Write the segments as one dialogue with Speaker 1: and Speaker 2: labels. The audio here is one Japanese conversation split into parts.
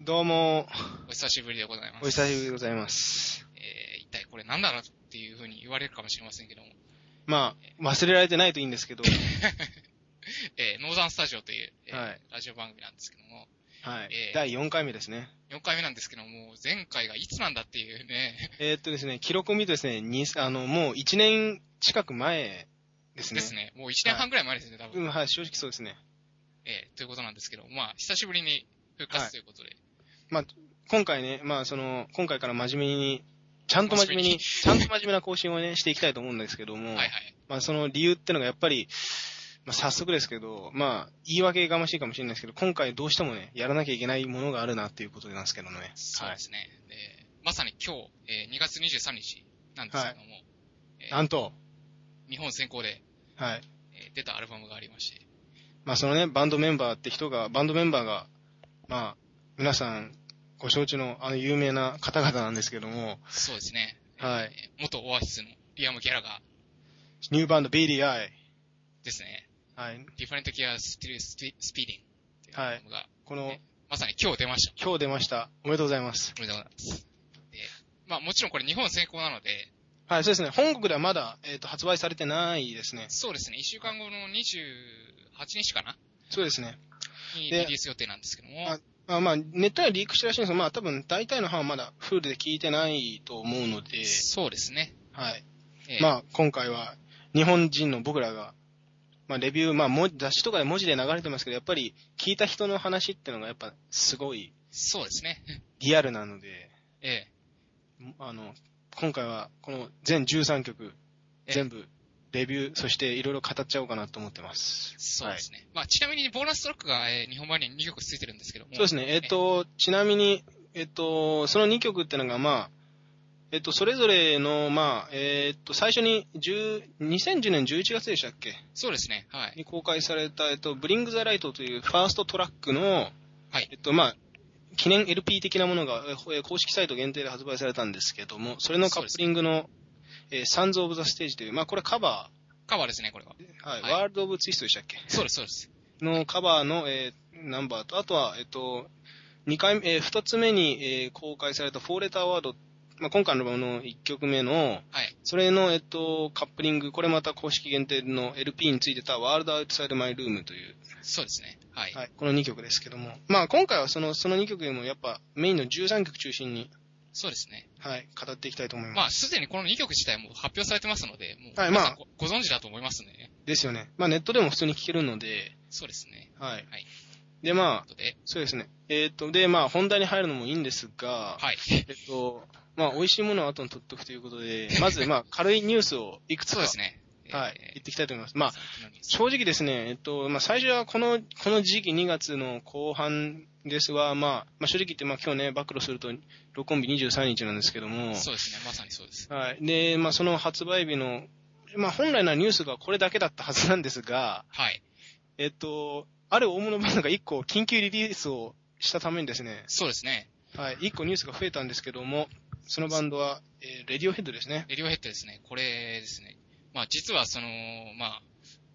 Speaker 1: どうも、
Speaker 2: お久しぶりでございます。
Speaker 1: お久しぶりでございます。
Speaker 2: えー、一体これ何だろうっていうふうに言われるかもしれませんけども、
Speaker 1: まあ、忘れられてないといいんです けど、
Speaker 2: えー、ノーザンスタジオという、えー
Speaker 1: はい
Speaker 2: ラジオ番組なんですけども、
Speaker 1: はい
Speaker 2: ええ。
Speaker 1: 第4回目ですね。
Speaker 2: 4回目なんですけども、前回がいつなんだっていうね、
Speaker 1: えーっとですね、記録を見るとですね、にあの、もう1年近く前ですね。
Speaker 2: ですね、もう1年半ぐらい前ですね、多
Speaker 1: う
Speaker 2: 分。
Speaker 1: ん、はい、正直そうですね。
Speaker 2: えー、ということなんですけども、まあ、久しぶりに復活ということで、
Speaker 1: 今回ね、まあ、その、今回から真面目に、ちゃんと真面目に、ちゃんと真面目な更新をね、していきたいと思うんですけど
Speaker 2: は
Speaker 1: も、
Speaker 2: いはい。
Speaker 1: まあ、その理由ってのがやっぱり、まあ、早速ですけど、まあ、言い訳がましいかもしれないですけど、今回どうしてもね、やらなきゃいけないものがあるなっていうことなんですけどね。
Speaker 2: そう
Speaker 1: は
Speaker 2: で
Speaker 1: い。
Speaker 2: すね。でまさに今日、えー、2月23日なんですけども、えー
Speaker 1: なんと、
Speaker 2: 日本先行で、
Speaker 1: はい。
Speaker 2: えー出たアルバムがありまして、
Speaker 1: まあそのね、バンドメンバーって人が、バンドメンバーが、まあ、皆さんご承知のあの有名な方々なんですけども、
Speaker 2: そうですね、
Speaker 1: はい。
Speaker 2: えー元オアシスのリアム・ギャラが
Speaker 1: ニューバンド BDI。はい。
Speaker 2: ですね、ディファレントギアスティルスピスピーディングっていうアルバムが、
Speaker 1: この、
Speaker 2: まさに今日出ました。
Speaker 1: 今日出ました。おめでとうございます。
Speaker 2: おめでとうございます。で、まあもちろんこれ日本先行なので、
Speaker 1: はい、そうですね。本国ではまだ、えっ、と、発売されてないですね。
Speaker 2: そうですね、1週間後の28日かな
Speaker 1: そうですね。
Speaker 2: にリ
Speaker 1: で
Speaker 2: リース予定なんですけども、
Speaker 1: あまあまあ、ネットではリークしたらしいんですが、まあ多分大体の班はまだフルで聞いてないと思うので、
Speaker 2: そうですね。
Speaker 1: はい。
Speaker 2: え
Speaker 1: ま
Speaker 2: あ、
Speaker 1: あ今回は日本人の僕らが、まあレビュー、まあも雑誌とかで文字で流れてますけど、やっぱり聞いた人の話ってのがやっぱすごい
Speaker 2: そうですね。
Speaker 1: リアルなので、
Speaker 2: え
Speaker 1: あの、今回はこの全13曲、
Speaker 2: え
Speaker 1: 全部レビュー、そしていろいろ語っちゃおうかなと思ってます
Speaker 2: え。そうですね。まあちなみにボーナストラックが、えー日本版に2曲ついてるんですけども、
Speaker 1: そうですね、えっ、と、ちなみに、えっ、と、その2曲ってのがまあ、えっと、それぞれの、まあ、えっと、最初に10、2010年11月でしたっけ
Speaker 2: そうですね。はい。
Speaker 1: に公開された、えっと、ブリング・ザ・ライトというファーストトラックの、
Speaker 2: はい
Speaker 1: えっと、まあ、記念 LP 的なものが、えほえ公式サイト限定で発売されたんですけども、それのカップリングの、えー、サンズ・オブ・ザ・ステージという、まあ、これカバ
Speaker 2: カバーですね、これは。
Speaker 1: ー、はい、
Speaker 2: はい
Speaker 1: ワールド・オブ・ツイストでしたっけ
Speaker 2: そうです、そうです。
Speaker 1: のカバーの、えーナンバーと、あとは、えっと、二回目、えー二つ目に、えー公開されたフォーレターワード、まあ、今回のアルバムの一曲目の、
Speaker 2: はい。
Speaker 1: それの、えっと、カップリング、これまた公式限定の LP についてたワールド・アウトサイド・マイ・ルームという、
Speaker 2: そうですね。はい。
Speaker 1: はい、この2曲ですけども、まあ、今回はそのその2曲よりもやっぱメインの13曲中心に、
Speaker 2: そうですね。
Speaker 1: はい、語っていきたいと思います。
Speaker 2: まあ、すでにこの2曲自体も発表されてますので、もう、
Speaker 1: はい
Speaker 2: 皆さん
Speaker 1: まあ
Speaker 2: ごご存知だと思いますね。
Speaker 1: ですよね。まあ、ネットでも普通に聴けるので、
Speaker 2: そうですね。
Speaker 1: はい。
Speaker 2: はい
Speaker 1: で、まあ、
Speaker 2: ということで、
Speaker 1: そうですね。えーっと、で、まあ、本題に入るのもいいんですが、
Speaker 2: はい。
Speaker 1: えっと、まあ、美味しいものは後に取っとくというこ とで、まず、まあ、軽いニュースをいくつ
Speaker 2: そ
Speaker 1: か、
Speaker 2: うですね。
Speaker 1: はい、言っていきたいと思います。まあ、
Speaker 2: あ、
Speaker 1: 正直ですね、えっと、まあ、最初はこの、この時期2月の後半ですが、まあ、まあ、正直言って、まあ、今日ね、暴露すると、録音日23日なんですけども、
Speaker 2: そうですね。まさにそうです。
Speaker 1: はい。で、まあ、その発売日の、まあ、本来ならニュースがこれだけだったはずなんですが、
Speaker 2: はい。
Speaker 1: えっと、ある大物バンドが1個緊急リリースをしたためにですね、
Speaker 2: そうですね。
Speaker 1: はい、1個ニュースが増えたんですけども、そのバンドは、えーレディオヘッドですね。
Speaker 2: レディオヘッドですね。これですね。まあ、実はその、まあ、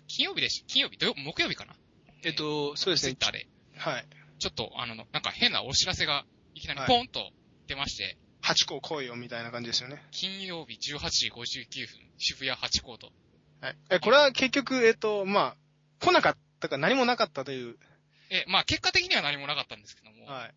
Speaker 2: 金曜日でし、金曜日、土曜、木曜日かな
Speaker 1: えっと、そうです
Speaker 2: ツイ
Speaker 1: ね
Speaker 2: ッ。ターで。
Speaker 1: はい。
Speaker 2: ちょっと、あの、なんか変なお知らせが、いきなり
Speaker 1: はい
Speaker 2: ポンと出まして、
Speaker 1: 8個来いよみたいな感じですよね。
Speaker 2: 金曜日18時59分、渋谷8コート。
Speaker 1: はい。え、これは結局、えっと、まあ、来なかったか何もなかったという、
Speaker 2: え、まあ、結果的には何もなかったんですけども、
Speaker 1: はい。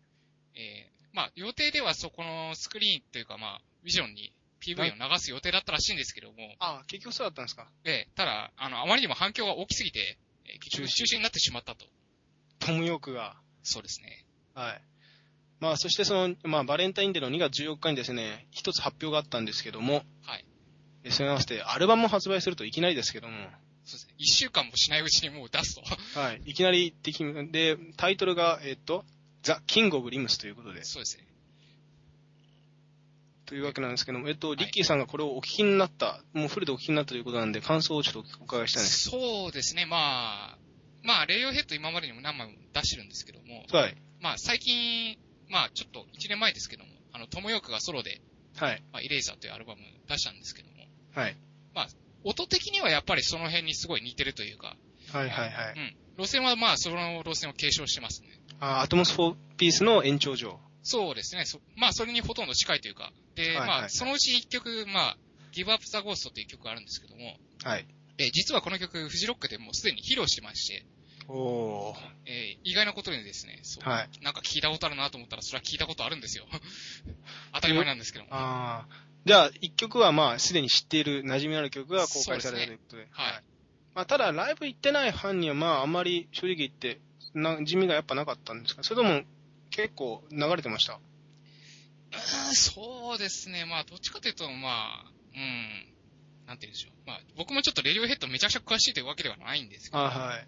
Speaker 2: えーまあ、予定ではそこのスクリーンというか、まあ、ビジョンに PV を
Speaker 1: は
Speaker 2: 流
Speaker 1: い
Speaker 2: す予定だったらしいんですけども、
Speaker 1: ああ、結局そうだったんですか。
Speaker 2: えーただ、あの、あまりにも反響が大きすぎて、えー結局
Speaker 1: 中
Speaker 2: 中止
Speaker 1: 止
Speaker 2: になってしまったと。
Speaker 1: トムヨークが。
Speaker 2: そうですね。
Speaker 1: はい。まあ、そしてその、まあ、バレンタインデーの2月14日にですね、一つ発表があったんですけども、
Speaker 2: はい。
Speaker 1: えそれに合わせて、アルバムも発売するといきなりですけども、
Speaker 2: そうですね。一週間もしないうちにもう出すと。
Speaker 1: はい。いきなりでき、で、タイトルが、えっと、ザ・キング・オブ・リムスということで、
Speaker 2: そうですね。
Speaker 1: というわけなんですけども、えっと、
Speaker 2: い
Speaker 1: リッキーさんがこれをお聞きになった、もうフルでお聞きになったということなんで、感想をちょっとお伺いしたいんです
Speaker 2: そうですね。まあ、まあ、レイオヘッド今までにも何枚も出してるんですけども
Speaker 1: け、ど。はい。
Speaker 2: まあ、最近、まあ、ちょっと1年前ですけども、あの、トムヨークがソロで、
Speaker 1: はい。
Speaker 2: まあ、イレイザーというアルバム出したんですけども、
Speaker 1: はい。
Speaker 2: 音的にはやっぱりその辺にすごい似てるというか、
Speaker 1: はいはいはい。
Speaker 2: うん。路線はまあ、その路線を継承してますね。
Speaker 1: ああアトモスフォーピースの延長上。
Speaker 2: そうですね。そまあ、それにほとんど近いというか。で、
Speaker 1: はいはい
Speaker 2: まあ、そのうち一曲、まあ、Give Up the Ghost っていう曲があるんですけども、
Speaker 1: はい。
Speaker 2: えー実はこの曲、フジロックでもうすでに披露してまして、
Speaker 1: おー。
Speaker 2: えー意外なことにですね、そう、
Speaker 1: はい。
Speaker 2: なんか聞いたことあるなと思ったら、それは聞いたことあるんですよ。 当たり前なんですけども。は
Speaker 1: ああ。じゃあ、一曲はまあ、すでに知っている、馴染みのある曲が公開されるということで。
Speaker 2: い。
Speaker 1: まあ、ただ、ライブ行ってないファンにはまあ、あんまり正直言って、な、地味がやっぱなかったんですかそれとも、結構流れてました。
Speaker 2: うーんそうですね。まあ、どっちかというと、まあ、うん、なんて言うんでしょう。まあ、僕もちょっとレディオヘッドめちゃくちゃ詳しいというわけではないんですけど、
Speaker 1: あはい。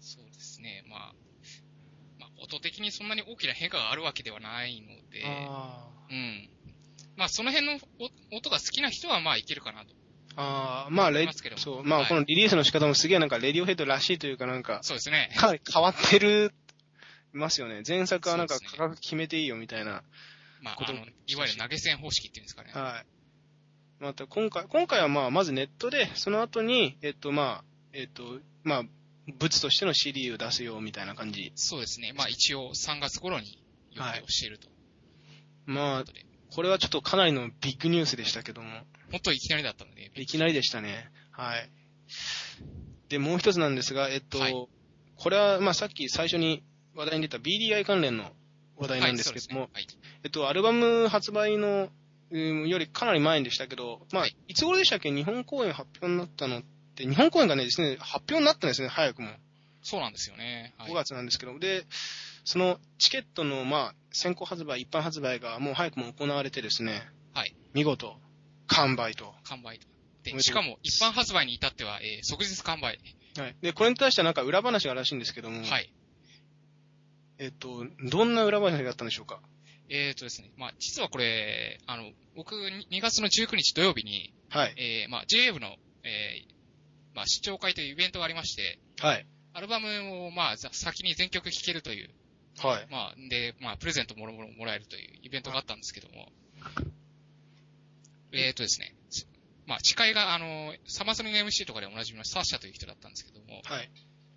Speaker 2: そうですね。まあ、まあ、音的にそんなに大きな変化があるわけではないので、
Speaker 1: あ
Speaker 2: うん。まあ、その辺のお音が好きな人は、まあ、いけるかなと。
Speaker 1: あ。ああ、まあ、レ
Speaker 2: 思いますけども
Speaker 1: そう、ま
Speaker 2: は
Speaker 1: あ、
Speaker 2: い
Speaker 1: このリリースの仕方もすげえなんか、レディオヘッドらしいというかなんか、
Speaker 2: そうですね。
Speaker 1: かなり変わってる、ますよね。前作はなんか
Speaker 2: そうです
Speaker 1: 価
Speaker 2: ね
Speaker 1: 格決めていいよみたいな。
Speaker 2: まあ、
Speaker 1: こと
Speaker 2: あの、いわゆる投げ銭方式っていうんですかね。
Speaker 1: はい。また今回、今回はまあ、まずネットで、その後に、えっとまあ、えっと、まあ、物としての CD を出すよみたいな感じ。
Speaker 2: そうですね。まあ、一応3月頃に予定をしているという
Speaker 1: まあ
Speaker 2: こ、とで、
Speaker 1: これはちょっとかなりのビッグニュースでしたけども、
Speaker 2: もっといきなりだったので、
Speaker 1: いきなりでしたね。はい。で、もう一つなんですが、えっと、
Speaker 2: はい
Speaker 1: これはまあさっき最初に話題に出た BDI 関連の話題なんですけども、
Speaker 2: はい、そうですね
Speaker 1: えっと、アルバム発売の、うんよりかなり前でしたけど、まあ、、
Speaker 2: はい
Speaker 1: つ頃でしたっけ日本公演発表になったのって、日本公演がね、ですね、発表になったんですね、早くも。
Speaker 2: はいそうなんですよね。はい
Speaker 1: 5月なんですけど、で、そのチケットの、まあ、先行発売、一般発売がもう早くも行われてですね、
Speaker 2: はい
Speaker 1: 見事、完売と。
Speaker 2: 完売と。
Speaker 1: お
Speaker 2: で、
Speaker 1: めでとう
Speaker 2: しかも一般発売に至っては、えー即日完売。
Speaker 1: はい。で、これに対してはなんか裏話があるらしいんですけども、
Speaker 2: はい。
Speaker 1: えっと、どんな裏話があったんでしょうか
Speaker 2: えっ、とですね、まあ、実はこれ、あの、僕、2月の19日土曜日に、
Speaker 1: はい。
Speaker 2: えーまあ、JF の、えーまあ、視聴会というイベントがありまして、
Speaker 1: はい。
Speaker 2: アルバムを、まあ、ざ先に全曲聴けるという、
Speaker 1: はい。
Speaker 2: まあ、で、まあ、プレゼントもろもろもらえるというイベントがあったんですけども、えっ、とですね、すまあ、司会が、あの、サマソニの MC とかでおなじみのサーシャという人だったんですけども、
Speaker 1: はい。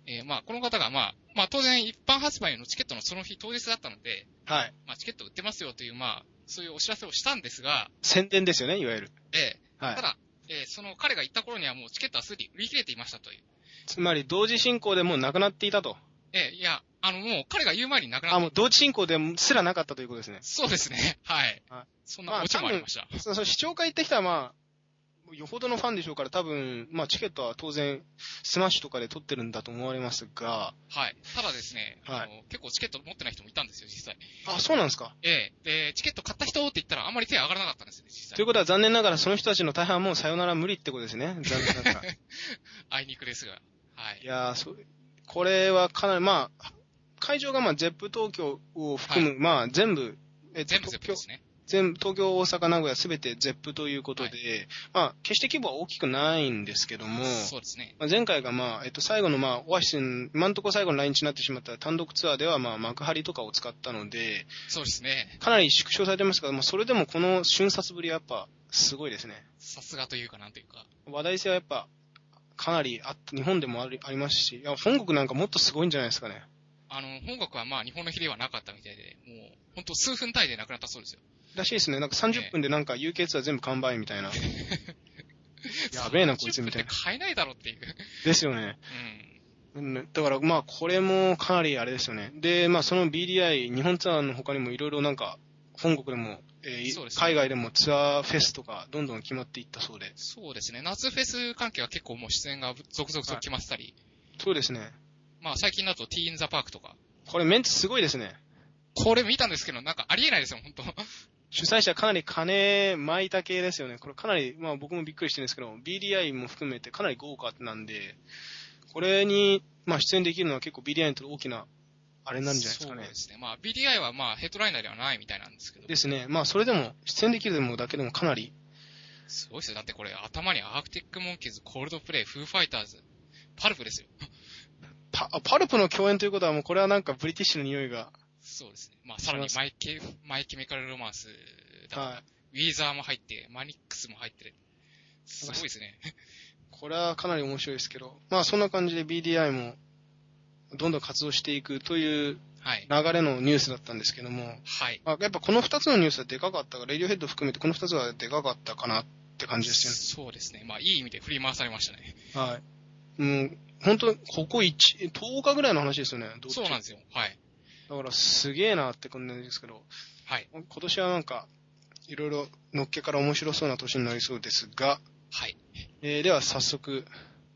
Speaker 2: えーまあ、この方が、まあ、まあ、当然一般発売のチケットのその日当日だったので、
Speaker 1: はい。
Speaker 2: まあ、チケット売ってますよという、まあ、そういうお知らせをしたんですが、
Speaker 1: 宣伝ですよね、いわゆる。
Speaker 2: え
Speaker 1: は
Speaker 2: ー
Speaker 1: い
Speaker 2: た。だ、えーその彼が行った頃にはもうチケットはすでに売り切れていましたという。
Speaker 1: つまり、同時進行でもうなくなっていたと。
Speaker 2: えーいや、あの、もう彼が言う前になくな
Speaker 1: あ、
Speaker 2: っ
Speaker 1: も
Speaker 2: て、
Speaker 1: う同時進行ですらなかったということですね。
Speaker 2: そうですね。はい
Speaker 1: はい。
Speaker 2: そん
Speaker 1: ま
Speaker 2: な
Speaker 1: あ
Speaker 2: オチもありました。
Speaker 1: その視聴会行ってきたら、まあ、よほどのファンでしょうから、多分、まあ、チケットは当然、スマッシュとかで取ってるんだと思われますが、
Speaker 2: はい。ただですね、
Speaker 1: は
Speaker 2: あ
Speaker 1: い
Speaker 2: の結構チケット持ってない人もいたんですよ、実際。
Speaker 1: あ、そうなんですか。
Speaker 2: ええで、チケット買った人って言ったらあんまり手上がらなかったんですよね、実
Speaker 1: とい
Speaker 2: 際
Speaker 1: う。ことは、残念ながら、その人たちの大半はもうさよなら無理ってことですね。残念な がら。
Speaker 2: あいにくですが。はいい。
Speaker 1: やーそう、これはかなり、まあ、会場が、まあ、ゼップ東京を含む、まあ、全部、えっと
Speaker 2: 全部全部で
Speaker 1: 東京
Speaker 2: すね。
Speaker 1: 全部東京、大阪、名古屋、すべてゼップということで、
Speaker 2: は
Speaker 1: まあ、決して規模は大きくないんですけども、
Speaker 2: そうですね。
Speaker 1: まあ前回が、まあえっと、最後の、まあ、オアシスの、今のところ最後の来日になってしまった単独ツアーでは、まあ、幕張とかを使ったので、
Speaker 2: そうですね。
Speaker 1: かなり縮小されてますが、まあ、それでもこの瞬殺ぶりはやっぱすごいですね。
Speaker 2: さすがというかなんというか。
Speaker 1: 話題性はやっぱかなりあった日本でもありありますし、いや本国なんかもっとすごいんじゃないですかね。
Speaker 2: あの、本国はまあ日本の比ではなかったみたいで、もう、ほんと数分単位でなくなったそうですよ。
Speaker 1: らしいですね。なんか30分でなんか UK2 は全部完売みたいな。やべえな、こいつみたい
Speaker 2: 30分
Speaker 1: な
Speaker 2: っ。て買えないだろっていう。
Speaker 1: ですよね。
Speaker 2: うん。
Speaker 1: うんだからまあこれもかなりあれですよね。で、まあその BDI、日本ツアーの他にもいろいろなんか本国でも、えー
Speaker 2: そうですね
Speaker 1: 海外でもツアーフェスとかどんどん決まっていったそうで。
Speaker 2: そうですね。夏フェス関係は結構もう出演が続々と決まってたり、
Speaker 1: そうですね。
Speaker 2: まあ最近だとティーンザパークとか。
Speaker 1: これメンツすごいですね。
Speaker 2: これ見たんですけど、なんかありえないですよ、ほんと。
Speaker 1: 主催者かなり金巻いた系ですよね。これかなり、まあ僕もびっくりしてるんですけど、BDI も含めてかなり豪華なんで、これに、まあ出演できるのは結構 BDI にとって大きな、あれになるんじゃないですかね
Speaker 2: そう。ですね。まあ、BDI はまあ、ヘッドライナーではないみたいなんですけど。
Speaker 1: ですね。まあそれでも、出演できるのだけでもかなり、
Speaker 2: すごいですよ。だってこれ、頭にアークティックモンキーズ、コールドプレイ、フーファイターズ、パルプですよ。
Speaker 1: パパルプの共演ということはもうこれはなんかブリティッシュの匂いが、
Speaker 2: そうですね。まあ、さらに
Speaker 1: し
Speaker 2: マイケ、マイケミカルロマンスだとか、
Speaker 1: はい。
Speaker 2: ウィーザーも入って、マニックスも入ってる。すごいですね。
Speaker 1: これはかなり面白いですけど、まあそんな感じで BDI もどんどん活動していくという
Speaker 2: はい。
Speaker 1: 流れのニュースだったんですけども、
Speaker 2: はい。
Speaker 1: まあ、やっぱこの2つのニュースはでかかったから、レディオヘッド含めてこの2つはでかかったかなって感じですよね。
Speaker 2: そうですね。まあ、いい意味で振り回されましたね。
Speaker 1: はい。もう、本当ここ1、10日ぐらいの話ですよね。どっち
Speaker 2: そうなんですよ。はい。
Speaker 1: だからすげえなって感じですけど、
Speaker 2: はい。
Speaker 1: 今年はなんか、いろいろのっけから面白そうな年になりそうですが、
Speaker 2: はい。
Speaker 1: えーでは早速、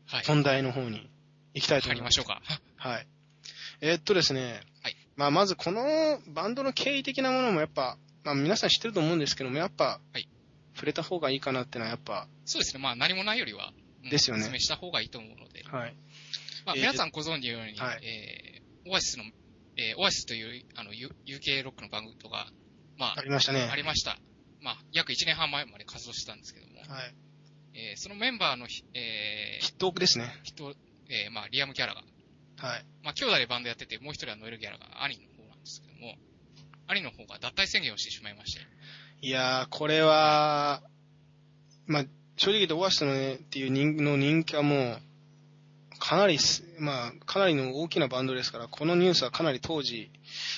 Speaker 2: はい。
Speaker 1: 本題の方に行きたいと
Speaker 2: 入
Speaker 1: 思い
Speaker 2: り
Speaker 1: ま。
Speaker 2: ますしょうか。
Speaker 1: はい。えーっとですね、
Speaker 2: はい
Speaker 1: まあ、まずこのバンドの経緯的なものもやっぱ、まあ、皆さん知ってると思うんですけども、やっぱ、
Speaker 2: はい
Speaker 1: 触れた方がいいかなってのはやっぱ、
Speaker 2: そうですね。まあ、何もないよりは、うん
Speaker 1: ですよね
Speaker 2: 説明した方がいいと思うので。
Speaker 1: はい。
Speaker 2: まあ、
Speaker 1: えー
Speaker 2: 皆さんご存知のように、
Speaker 1: はい
Speaker 2: えー、オアシスの、えー、オアシスという、あの、U- UK ロックの番組とか、ま
Speaker 1: あ
Speaker 2: あ、
Speaker 1: りましたね。
Speaker 2: ありました。まあ、約1年半前まで活動してたんですけども、
Speaker 1: はい。
Speaker 2: えー、そのメンバーのひ、え
Speaker 1: 筆頭ですね。
Speaker 2: ー、人、えー、まあ、リアム・ギャラが、
Speaker 1: はい。
Speaker 2: まあ、兄弟でバンドやってて、もう一人はノエル・ギャラが、兄の方なんですけども、兄の方が脱退宣言をしてしまいまして、
Speaker 1: いやー、これは、まあ、正直言ってオアシスのね、っていう人の人気はもう、かなりす、まあ、かなりの大きなバンドですから、このニュースはかなり当時、